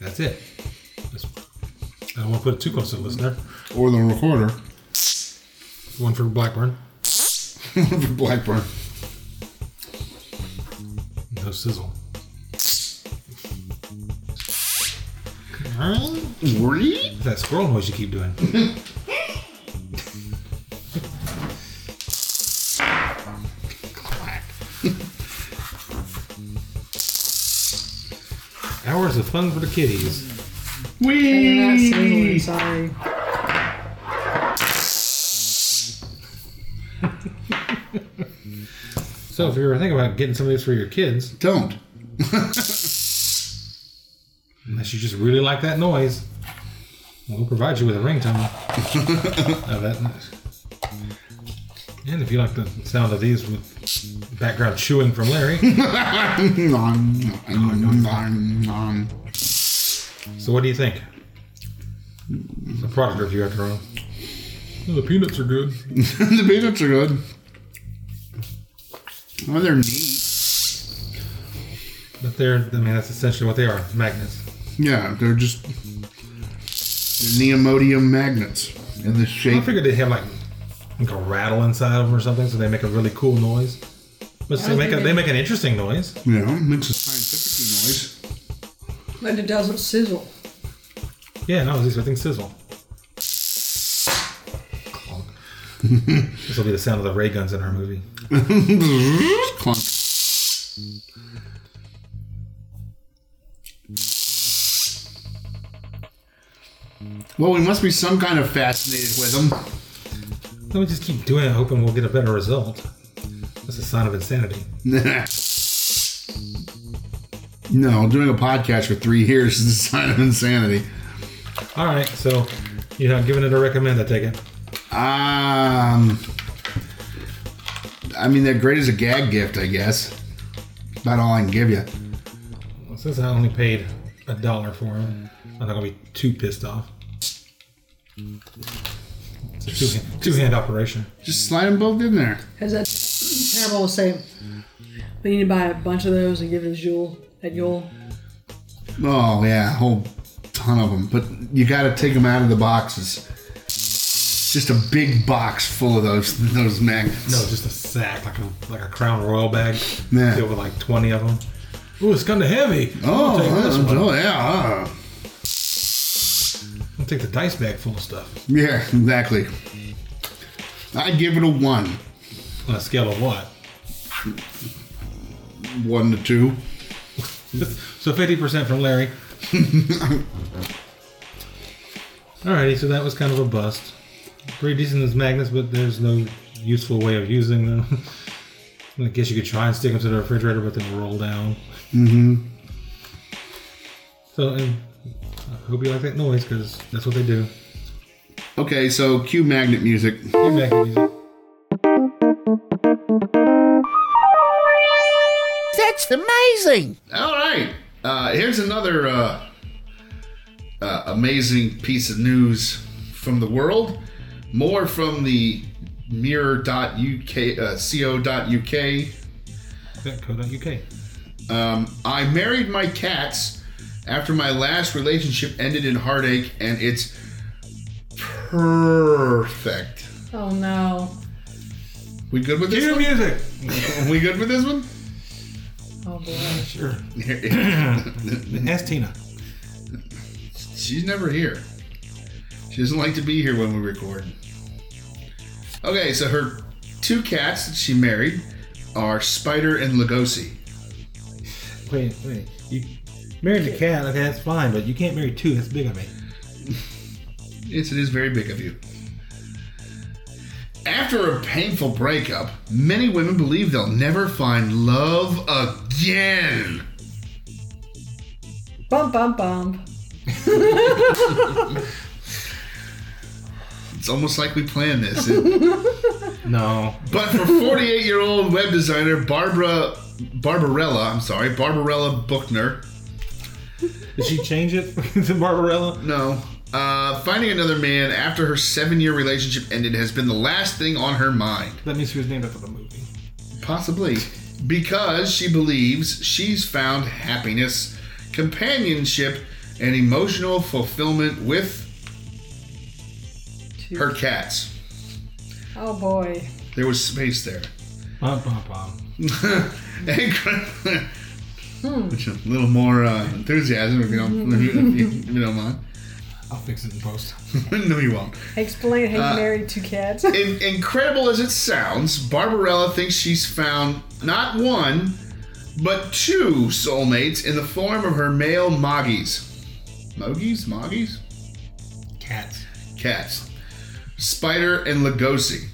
[SPEAKER 2] That's it. That's- I don't want to put it too close to the listener.
[SPEAKER 1] Or the recorder.
[SPEAKER 2] One for Blackburn.
[SPEAKER 1] Blackburn.
[SPEAKER 2] No sizzle.
[SPEAKER 1] Three?
[SPEAKER 2] That squirrel noise you keep doing. Clack. Hours of fun for the kiddies.
[SPEAKER 8] You're not sizzling, sorry.
[SPEAKER 2] So if you're thinking about getting some of these for your kids,
[SPEAKER 1] Don't.
[SPEAKER 2] unless you just really like that noise, we'll provide you with a ringtone of that noise. And if you like the sound of these with background chewing from Larry,
[SPEAKER 1] Nom, nom, nom, nom.
[SPEAKER 2] So what do you think? It's a product review after all. the peanuts are good.
[SPEAKER 1] the peanuts are good. Oh, they're neat.
[SPEAKER 2] But they're, I mean, that's essentially what they are magnets.
[SPEAKER 1] Yeah, they're just they're neodymium magnets in the
[SPEAKER 2] I
[SPEAKER 1] shape.
[SPEAKER 2] figured they have like, like a rattle inside of them or something, so they make a really cool noise. But they make, a, they make an interesting noise.
[SPEAKER 1] Yeah, it makes a scientific noise.
[SPEAKER 8] But it doesn't sizzle.
[SPEAKER 2] Yeah, no, these things sizzle. Clunk. this will be the sound of the ray guns in our movie.
[SPEAKER 1] Clunk. Well, we must be some kind of fascinated with them.
[SPEAKER 2] Let me just keep doing it, hoping we'll get a better result. That's a sign of insanity.
[SPEAKER 1] no, doing a podcast for three years is a sign of insanity.
[SPEAKER 2] All right, so you're not giving it a recommend, I take it.
[SPEAKER 1] Um, I mean, they're great as a gag gift, I guess. About all I can give you.
[SPEAKER 2] Since I only paid a dollar for him, I'm not gonna be too pissed off. It's a two hand, two hand operation.
[SPEAKER 1] Just slide them both in there.
[SPEAKER 8] Because that terrible was saying, we need to buy a bunch of those and give it to Jewel at Yule.
[SPEAKER 1] Oh yeah, a whole ton of them. But you got to take them out of the boxes. Just a big box full of those those magnets.
[SPEAKER 2] No, just a sack, like a like a Crown Royal bag
[SPEAKER 1] Yeah.
[SPEAKER 2] filled with like 20 of them. Ooh, it's kind of heavy.
[SPEAKER 1] Oh,
[SPEAKER 2] I'll take this
[SPEAKER 1] uh,
[SPEAKER 2] one.
[SPEAKER 1] oh yeah, uh,
[SPEAKER 2] I'll take the dice bag full of stuff
[SPEAKER 1] yeah, exactly. I'd give it a one,
[SPEAKER 2] on a scale of what?
[SPEAKER 1] one to two.
[SPEAKER 2] so 50% from Larry. Alrighty, so that was kind of a bust. Pretty decent as magnets, but there's no useful way of using them. I guess you could try and stick them to the refrigerator, but they'll roll down. Mm-hmm. So, and I hope you like that noise, because that's what they do.
[SPEAKER 1] Okay, so cue magnet music.
[SPEAKER 2] Cue magnet music.
[SPEAKER 9] That's amazing.
[SPEAKER 1] All right. Uh, here's another uh, uh, amazing piece of news from the world. More from the mirror.uk, uh, co.uk.
[SPEAKER 2] Co.uk.
[SPEAKER 1] Um, I married my cats after my last relationship ended in heartache, and it's perfect.
[SPEAKER 8] Oh no.
[SPEAKER 1] We good with this
[SPEAKER 2] Cue
[SPEAKER 1] one?
[SPEAKER 2] music!
[SPEAKER 1] We good with this one?
[SPEAKER 8] Oh boy.
[SPEAKER 2] Sure. Ask Tina.
[SPEAKER 1] She's never here. She doesn't like to be here when we record. Okay, so her two cats that she married are Spider and Lugosi.
[SPEAKER 2] Wait, wait. You married a cat, okay, that's fine, but you can't marry two, that's big on me.
[SPEAKER 1] Yes, it is very big of you. After a painful breakup, many women believe they'll never find love again.
[SPEAKER 8] Bump, bump, bump.
[SPEAKER 1] It's almost like we planned this.
[SPEAKER 2] No.
[SPEAKER 1] But for 48 year old web designer Barbara Barbarella, I'm sorry, Barbarella Buchner,
[SPEAKER 2] Did she change it to Barbarella?
[SPEAKER 1] No. Uh, finding another man after her seven year relationship ended has been the last thing on her mind.
[SPEAKER 2] That means she was named after the movie.
[SPEAKER 1] Possibly. Because she believes she's found happiness, companionship, and emotional fulfillment with her cats.
[SPEAKER 8] Oh boy.
[SPEAKER 1] There was space there.
[SPEAKER 2] Bum, bum, bum.
[SPEAKER 1] and, cre- With a little more uh, enthusiasm, if you don't, if you, if you don't mind.
[SPEAKER 2] I'll fix it in post.
[SPEAKER 1] no, you won't.
[SPEAKER 8] Explain how you
[SPEAKER 1] Uh,
[SPEAKER 8] married two cats.
[SPEAKER 1] In- incredible as it sounds, Barbarella thinks she's found not one, but two soulmates in the form of her male Moggies. Moggies? Moggies?
[SPEAKER 2] Cats.
[SPEAKER 1] Cats. Spider and Lugosi.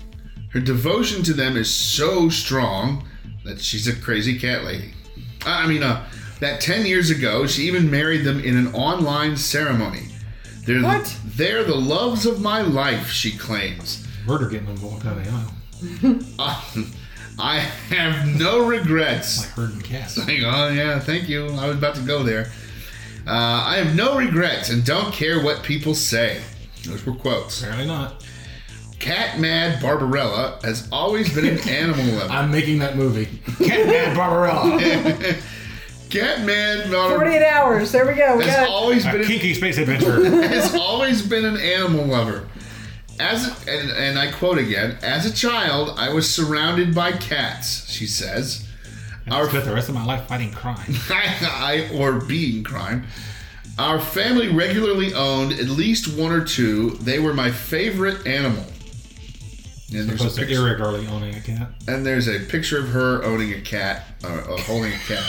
[SPEAKER 1] Her devotion to them is so strong that she's a crazy cat lady. I I mean, uh, that 10 years ago, she even married them in an online ceremony. They're
[SPEAKER 8] What?
[SPEAKER 1] The, they're the loves of my life, she claims.
[SPEAKER 2] Murder getting involved down the aisle.
[SPEAKER 1] I have no regrets.
[SPEAKER 2] Like herding cats.
[SPEAKER 1] Hang on, yeah, thank you. I was about to go there. Uh, I have no regrets and don't care what people say. Those were quotes.
[SPEAKER 2] Apparently not.
[SPEAKER 1] Cat Mad Barbarella has always been an animal lover.
[SPEAKER 2] I'm making that movie. Cat Mad Barbarella.
[SPEAKER 1] Cat Mad
[SPEAKER 8] 48
[SPEAKER 1] Barbarella
[SPEAKER 8] hours. There we go. We
[SPEAKER 1] has
[SPEAKER 8] got
[SPEAKER 1] always
[SPEAKER 2] a
[SPEAKER 1] been an,
[SPEAKER 2] kinky space adventure.
[SPEAKER 1] has always been an animal lover. As a, and, and I quote again, as a child, I was surrounded by cats, she says.
[SPEAKER 2] I spent the rest of my life fighting crime.
[SPEAKER 1] I or being crime. Our family regularly owned at least one or two. They were my favorite animal. And there's,
[SPEAKER 2] Supposed
[SPEAKER 1] a
[SPEAKER 2] to
[SPEAKER 1] picture,
[SPEAKER 2] irregularly owning a cat.
[SPEAKER 1] and there's a picture of her owning a cat, or, or holding a cat.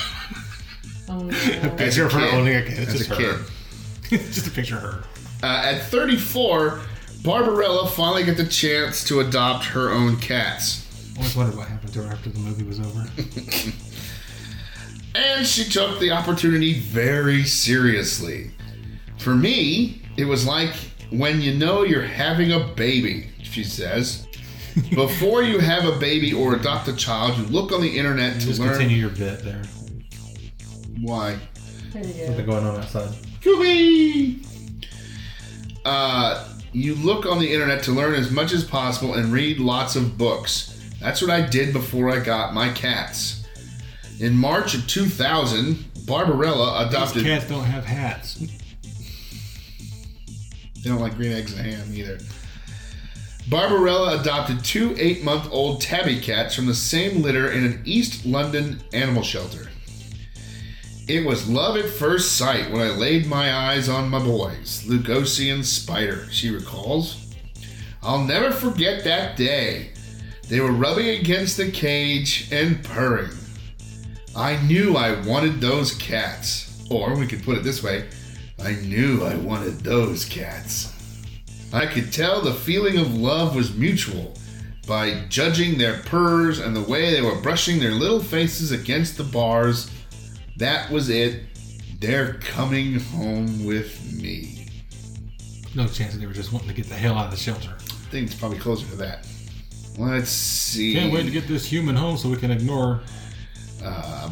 [SPEAKER 8] Oh,
[SPEAKER 1] As
[SPEAKER 2] Picture
[SPEAKER 1] a
[SPEAKER 2] of her
[SPEAKER 1] kid.
[SPEAKER 2] owning a cat. It's
[SPEAKER 1] As
[SPEAKER 2] just
[SPEAKER 1] a kid.
[SPEAKER 2] her. just a picture of her.
[SPEAKER 1] Uh, at 34, Barbarella finally got the chance to adopt her own cats.
[SPEAKER 2] Always wondered what happened to her after the movie was over.
[SPEAKER 1] And she took the opportunity very seriously. For me, it was like when you know you're having a baby, she says. Before you have a baby or adopt a child, you look on the internet to
[SPEAKER 2] Just
[SPEAKER 1] learn
[SPEAKER 2] continue your bit there.
[SPEAKER 1] why.
[SPEAKER 2] Something going on outside.
[SPEAKER 1] Gooby! Uh, you look on the internet to learn as much as possible and read lots of books. That's what I did before I got my cats. In March of 2000, Barbarella adopted.
[SPEAKER 2] These cats don't have hats.
[SPEAKER 1] They don't like green eggs and ham either. Barbarella adopted two eight month old tabby cats from the same litter in an East London animal shelter. It was love at first sight when I laid my eyes on my boys, Lugosi and Spider, she recalls. I'll never forget that day. They were rubbing against the cage and purring. I knew I wanted those cats. Or we could put it this way I knew I wanted those cats. I could tell the feeling of love was mutual by judging their purrs and the way they were brushing their little faces against the bars. That was it. They're coming home with me.
[SPEAKER 2] No chance that they were just wanting to get the hell out of the shelter.
[SPEAKER 1] I think it's probably closer to that. Let's see.
[SPEAKER 2] Can't wait to get this human home so we can ignore.
[SPEAKER 1] Uh,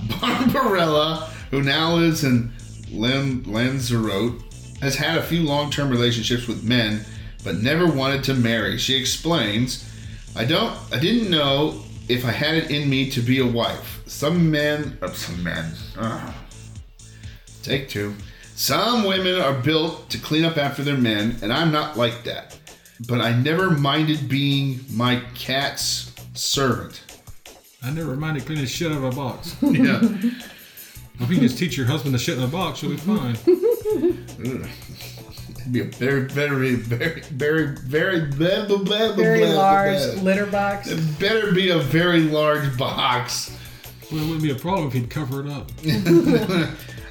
[SPEAKER 1] Barbarella, who now lives in Len- Lanzarote, has had a few long term relationships with men, but never wanted to marry. She explains, I don't I didn't know if I had it in me to be a wife. Some men uh, some men. Ugh. Take two. Some women are built to clean up after their men, and I'm not like that. But I never minded being my cat's servant.
[SPEAKER 2] I never mind to clean the shit out of a box.
[SPEAKER 1] Yeah.
[SPEAKER 2] if you just teach your husband to shit in a box, you'll be fine.
[SPEAKER 1] be a very, very, very, very, very, blah, blah, blah,
[SPEAKER 8] a very
[SPEAKER 1] blah, blah,
[SPEAKER 8] large
[SPEAKER 1] blah.
[SPEAKER 8] litter box.
[SPEAKER 1] It better be a very large box.
[SPEAKER 2] Well, it wouldn't be a problem if he'd cover it up.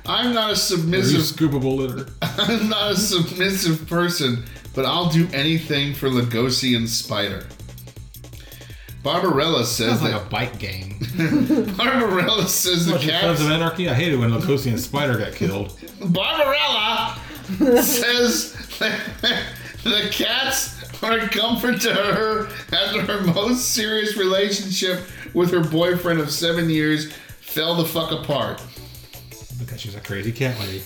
[SPEAKER 1] I'm not a
[SPEAKER 2] It's
[SPEAKER 1] submissive.
[SPEAKER 2] a scoopable litter.
[SPEAKER 1] I'm not a submissive person, but I'll do anything for Lugosi and Spider. Barbarella says
[SPEAKER 2] That's like a
[SPEAKER 1] that.
[SPEAKER 2] bike game.
[SPEAKER 1] Barbarella says the
[SPEAKER 2] Bunch of Sons
[SPEAKER 1] cats.
[SPEAKER 2] of Anarchy. I hated when Lucosi and Spider got killed.
[SPEAKER 1] Barbarella says that the cats are a comfort to her after her most serious relationship with her boyfriend of seven years fell the fuck apart.
[SPEAKER 2] Because she's a crazy cat lady.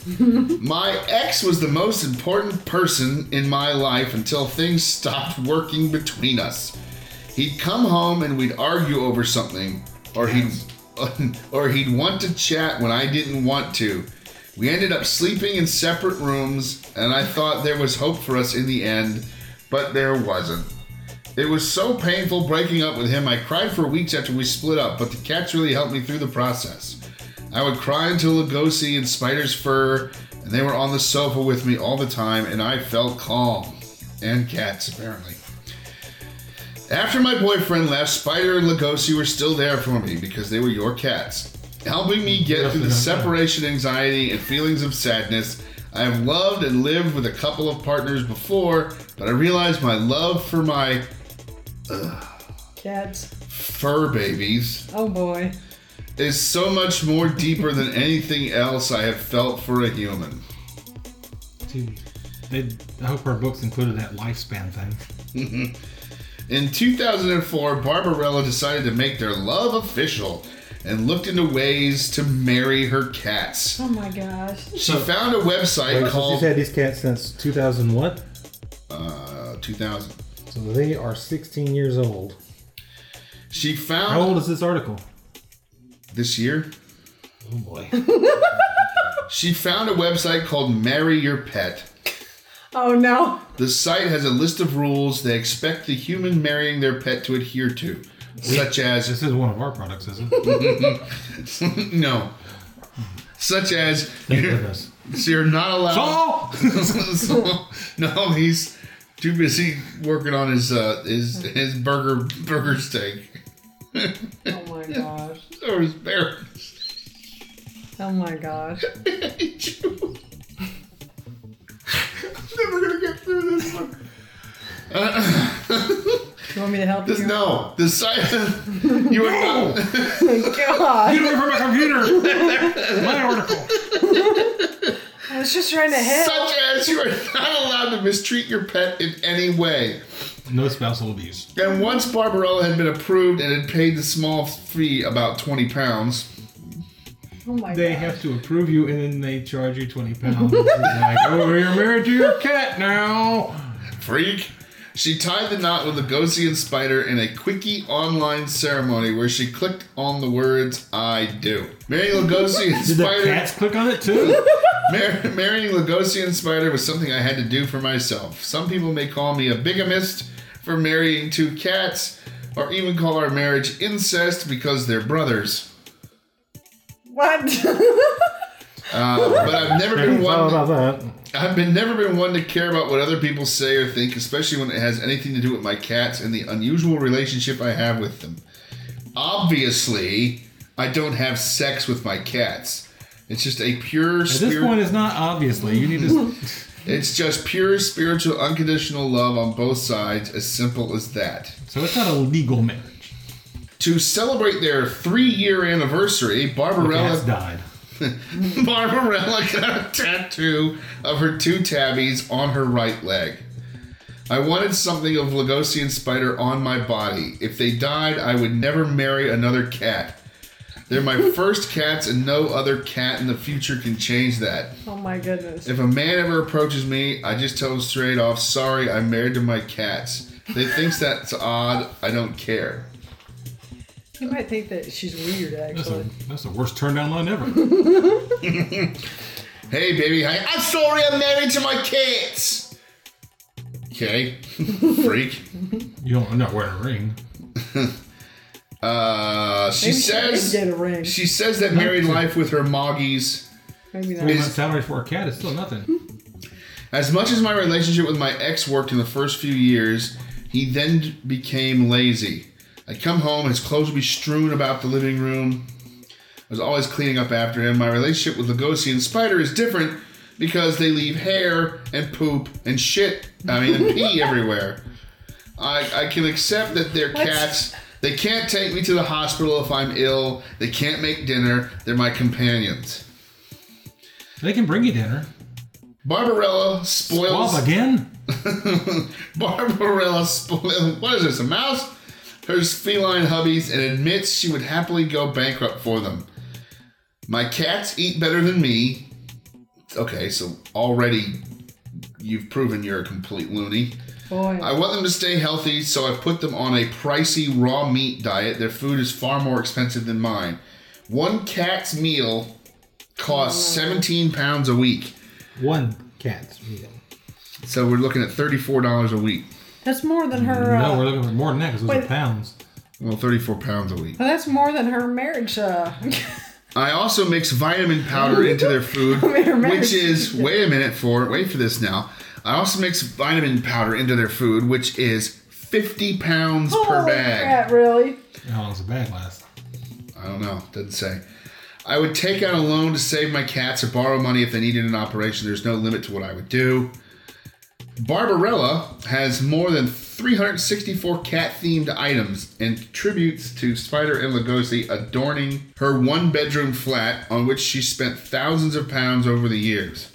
[SPEAKER 1] My ex was the most important person in my life until things stopped working between us. He'd come home and we'd argue over something, or he'd or he'd want to chat when I didn't want to. We ended up sleeping in separate rooms, and I thought there was hope for us in the end, but there wasn't. It was so painful breaking up with him. I cried for weeks after we split up, but the cats really helped me through the process. I would cry until Lugosi and Spider's Fur, and they were on the sofa with me all the time, and I felt calm. And cats, apparently. After my boyfriend left, Spider and Lugosi were still there for me because they were your cats, helping me get through the separation anxiety and feelings of sadness. I have loved and lived with a couple of partners before, but I realized my love for my
[SPEAKER 8] Cats.
[SPEAKER 1] fur babies
[SPEAKER 8] Oh boy.
[SPEAKER 1] is so much more deeper than anything else I have felt for a human.
[SPEAKER 2] Dude, they, I hope our books included that lifespan thing.
[SPEAKER 1] In 2004, Barbarella decided to make their love official and looked into ways to marry her cats.
[SPEAKER 8] Oh my gosh.
[SPEAKER 1] She found a website
[SPEAKER 2] she's
[SPEAKER 1] called
[SPEAKER 2] had these cats since 2000 what?
[SPEAKER 1] uh, 2000.
[SPEAKER 2] So they are 16 years old.
[SPEAKER 1] She
[SPEAKER 2] How
[SPEAKER 1] found
[SPEAKER 2] old is this article?
[SPEAKER 1] this year.
[SPEAKER 2] Oh boy.
[SPEAKER 1] She found a website called Marry Your Pet.
[SPEAKER 8] Oh no.
[SPEAKER 1] The site has a list of rules they expect the human marrying their pet to adhere to, such as
[SPEAKER 2] this is one of our products, isn't it?
[SPEAKER 1] no, such as
[SPEAKER 2] Thank goodness.
[SPEAKER 1] So you're not allowed.
[SPEAKER 2] Oh!
[SPEAKER 1] So- no, he's too busy working on his uh, his his burger burger steak
[SPEAKER 8] Oh my gosh.
[SPEAKER 1] or his bear.
[SPEAKER 8] Oh my gosh.
[SPEAKER 1] I'm never gonna get through this one.
[SPEAKER 8] You want me to help
[SPEAKER 1] This,
[SPEAKER 8] you?
[SPEAKER 1] no, the site. You are not.
[SPEAKER 8] God.
[SPEAKER 2] Get away from my computer! my article!
[SPEAKER 8] I was just trying to help.
[SPEAKER 1] Such as you are not allowed to mistreat your pet in any way.
[SPEAKER 2] No spousal abuse.
[SPEAKER 1] And once Barbarella had been approved and had paid the small fee, about twenty pounds,
[SPEAKER 8] Oh my
[SPEAKER 2] They
[SPEAKER 8] god.
[SPEAKER 2] have to approve you and then they charge you 20 pounds. It's like, oh, you're married to your cat now!
[SPEAKER 1] freak. She tied the knot with a Gaussian spider in a quickie online ceremony where she clicked on the words "I do." Marrying Lugosi and
[SPEAKER 2] Did the
[SPEAKER 1] spider,
[SPEAKER 2] cats click on it too?
[SPEAKER 1] mar- marrying Lugosi and spider was something I had to do for myself. Some people may call me a bigamist for marrying two cats, or even call our marriage incest because they're brothers. Uh, but I've never been one.
[SPEAKER 2] that.
[SPEAKER 1] I've been never been one to care about what other people say or think, especially when it has anything to do with my cats and the unusual relationship I have with them. Obviously, I don't have sex with my cats. It's just a pure
[SPEAKER 2] At this point,
[SPEAKER 1] spirit.
[SPEAKER 2] it's not obviously. You need to.
[SPEAKER 1] It's just pure spiritual unconditional love on both sides, as simple as that.
[SPEAKER 2] so it's not a legal marriage.
[SPEAKER 1] To celebrate their three-year anniversary,
[SPEAKER 2] The
[SPEAKER 1] Barbarella
[SPEAKER 2] cat's died.
[SPEAKER 1] Mm. Barbarella got a tattoo of her two tabbies on her right leg. I wanted something of Lagosian spider on my body. If they died, I would never marry another cat. They're my first cats, and no other cat in the future can change that.
[SPEAKER 8] Oh my goodness.
[SPEAKER 1] If a man ever approaches me, I just tell him straight off, sorry, I'm married to my cats. They thinks that's odd, I don't care.
[SPEAKER 8] You might think that she's weird
[SPEAKER 2] That's,
[SPEAKER 8] actually.
[SPEAKER 2] a, that's the worst turn down line ever.
[SPEAKER 1] Hey, baby, hi. I'm sorry I'm married to my cats! Okay, freak.
[SPEAKER 2] You don't, I'm not wearing a ring.
[SPEAKER 1] Uh, she
[SPEAKER 8] Maybe she
[SPEAKER 1] says
[SPEAKER 8] did get a ring.
[SPEAKER 1] she says that married life with her moggies.
[SPEAKER 8] Maybe
[SPEAKER 2] Three
[SPEAKER 8] not.
[SPEAKER 2] months salary for a cat is still nothing.
[SPEAKER 1] As much as my relationship with my ex worked in the first few years, he then became lazy. I'd come home, his clothes would be strewn about the living room. I was always cleaning up after him. My relationship with Lugosi and Spider is different because they leave hair and poop and shit, I mean, and pee everywhere. I, I can accept that they're cats. They can't take me to the hospital if I'm ill. They can't make dinner. They're my companions.
[SPEAKER 2] They can bring you dinner.
[SPEAKER 1] Barbarella spoils.
[SPEAKER 2] Bob again?
[SPEAKER 1] Barbarella spoiled. What is this? A mouse? Her feline hubbies and admits she would happily go bankrupt for them. My cats eat better than me. Okay, so already you've proven you're a complete loony.
[SPEAKER 8] Boy.
[SPEAKER 1] I want them to stay healthy, so I put them on a pricey raw meat diet. Their food is far more expensive than mine. One cat's meal costs 17 pounds a week.
[SPEAKER 2] One cat's meal.
[SPEAKER 1] So we're looking at $34 a week.
[SPEAKER 8] That's more than her. Uh,
[SPEAKER 2] No, we're looking for more than that because those are
[SPEAKER 8] Wait.
[SPEAKER 2] pounds.
[SPEAKER 1] Well, 34 pounds a week.
[SPEAKER 8] that's more than her marriage. Uh,
[SPEAKER 1] I also mix vitamin powder into their food,
[SPEAKER 8] remember.
[SPEAKER 1] which is wait a minute for wait for this now. I also mix vitamin powder into their food, which is fifty pounds per
[SPEAKER 8] Holy
[SPEAKER 1] bag.
[SPEAKER 8] crap, really?
[SPEAKER 2] How long's the bag last?
[SPEAKER 1] I don't know. Doesn't say. I would take out a loan to save my cats or borrow money if they needed an operation. There's no limit to what I would do. Barbarella has more than 364 cat themed items and tributes to Spider and Lugosi adorning her one bedroom flat on which she spent thousands of pounds over the years.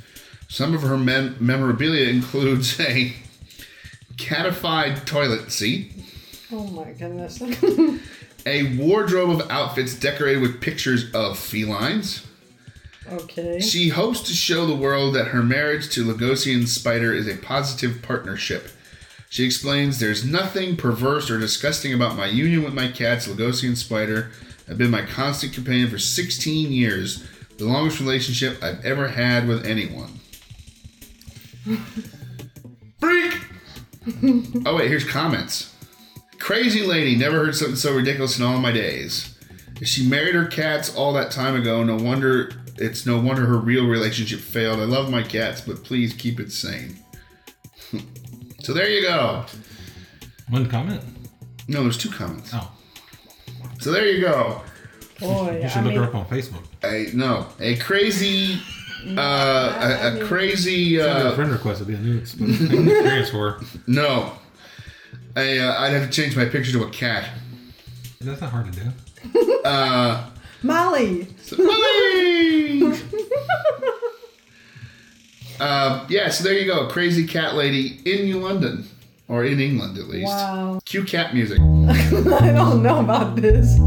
[SPEAKER 1] Some of her mem- memorabilia includes a catified toilet seat,
[SPEAKER 8] Oh my goodness.
[SPEAKER 1] a wardrobe of outfits decorated with pictures of felines.
[SPEAKER 8] okay.
[SPEAKER 1] She hopes to show the world that her marriage to Lugosi and Spider is a positive partnership. She explains, There's nothing perverse or disgusting about my union with my cats, Lugosi and Spider. have been my constant companion for 16 years, the longest relationship I've ever had with anyone. Freak! oh, wait, here's comments. Crazy lady, never heard something so ridiculous in all my days. If she married her cats all that time ago, no wonder it's no wonder her real relationship failed. I love my cats, but please keep it sane. so there you go.
[SPEAKER 2] One comment.
[SPEAKER 1] No, there's two comments.
[SPEAKER 2] Oh,
[SPEAKER 1] So there you go.
[SPEAKER 8] Boy,
[SPEAKER 2] you should
[SPEAKER 8] I
[SPEAKER 2] look
[SPEAKER 8] mean,
[SPEAKER 2] her up on Facebook.
[SPEAKER 1] A no, a crazy, uh, a, a crazy,
[SPEAKER 2] Send her a
[SPEAKER 1] uh,
[SPEAKER 2] friend request would be a new ex- experience for her.
[SPEAKER 1] no. I, uh, I'd have to change my picture to a cat.
[SPEAKER 2] That's not hard to do.
[SPEAKER 8] Molly.
[SPEAKER 1] Molly! uh, yeah, so there you go. Crazy cat lady in London. Or in England, at least.
[SPEAKER 8] Wow.
[SPEAKER 1] Cue cat music.
[SPEAKER 8] I don't know about this.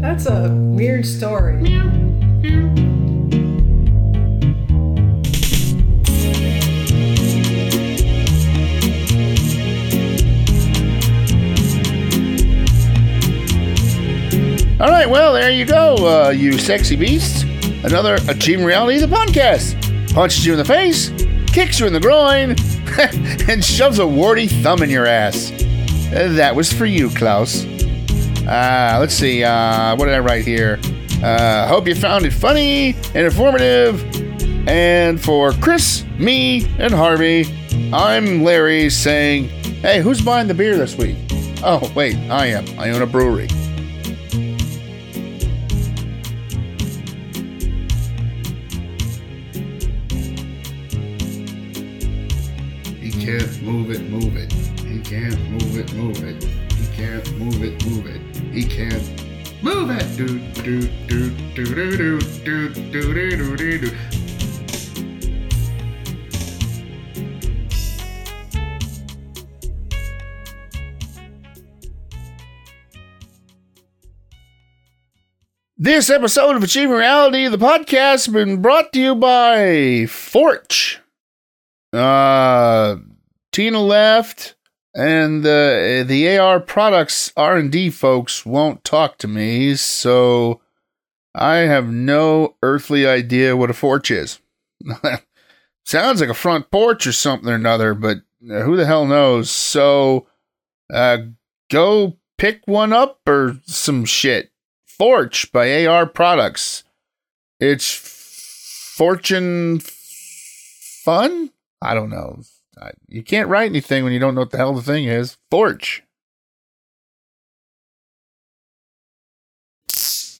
[SPEAKER 8] That's a weird story.
[SPEAKER 9] All right, well, there you go, uh, you sexy beasts. Another Achieving Reality the podcast. Punches you in the face, kicks you in the groin, and shoves a warty thumb in your ass. Uh, That was for you, Klaus. Uh, let's see, uh, what did I write here? Uh, hope you found it funny and informative. And for Chris, me, and Harvey, I'm Larry saying, hey, who's buying the beer this week? Oh, wait, I am. I own a brewery.
[SPEAKER 1] He can't move it, move it. He can't move it, move it. He can't move it, move it. He can't move it. Do do do do do do do do do do do.
[SPEAKER 9] This episode of Achieving Reality, the podcast, has been brought to you by Forch. Uh, Tina left, and the the AR products R and D folks won't talk to me, so I have no earthly idea what a forch is. Sounds like a front porch or something or another, but uh, who the hell knows? So, uh, go pick one up or some shit. Forch by AR Products. It's fortune fun? I don't know. I- You can't write anything when you don't know what the hell the thing is. Forch.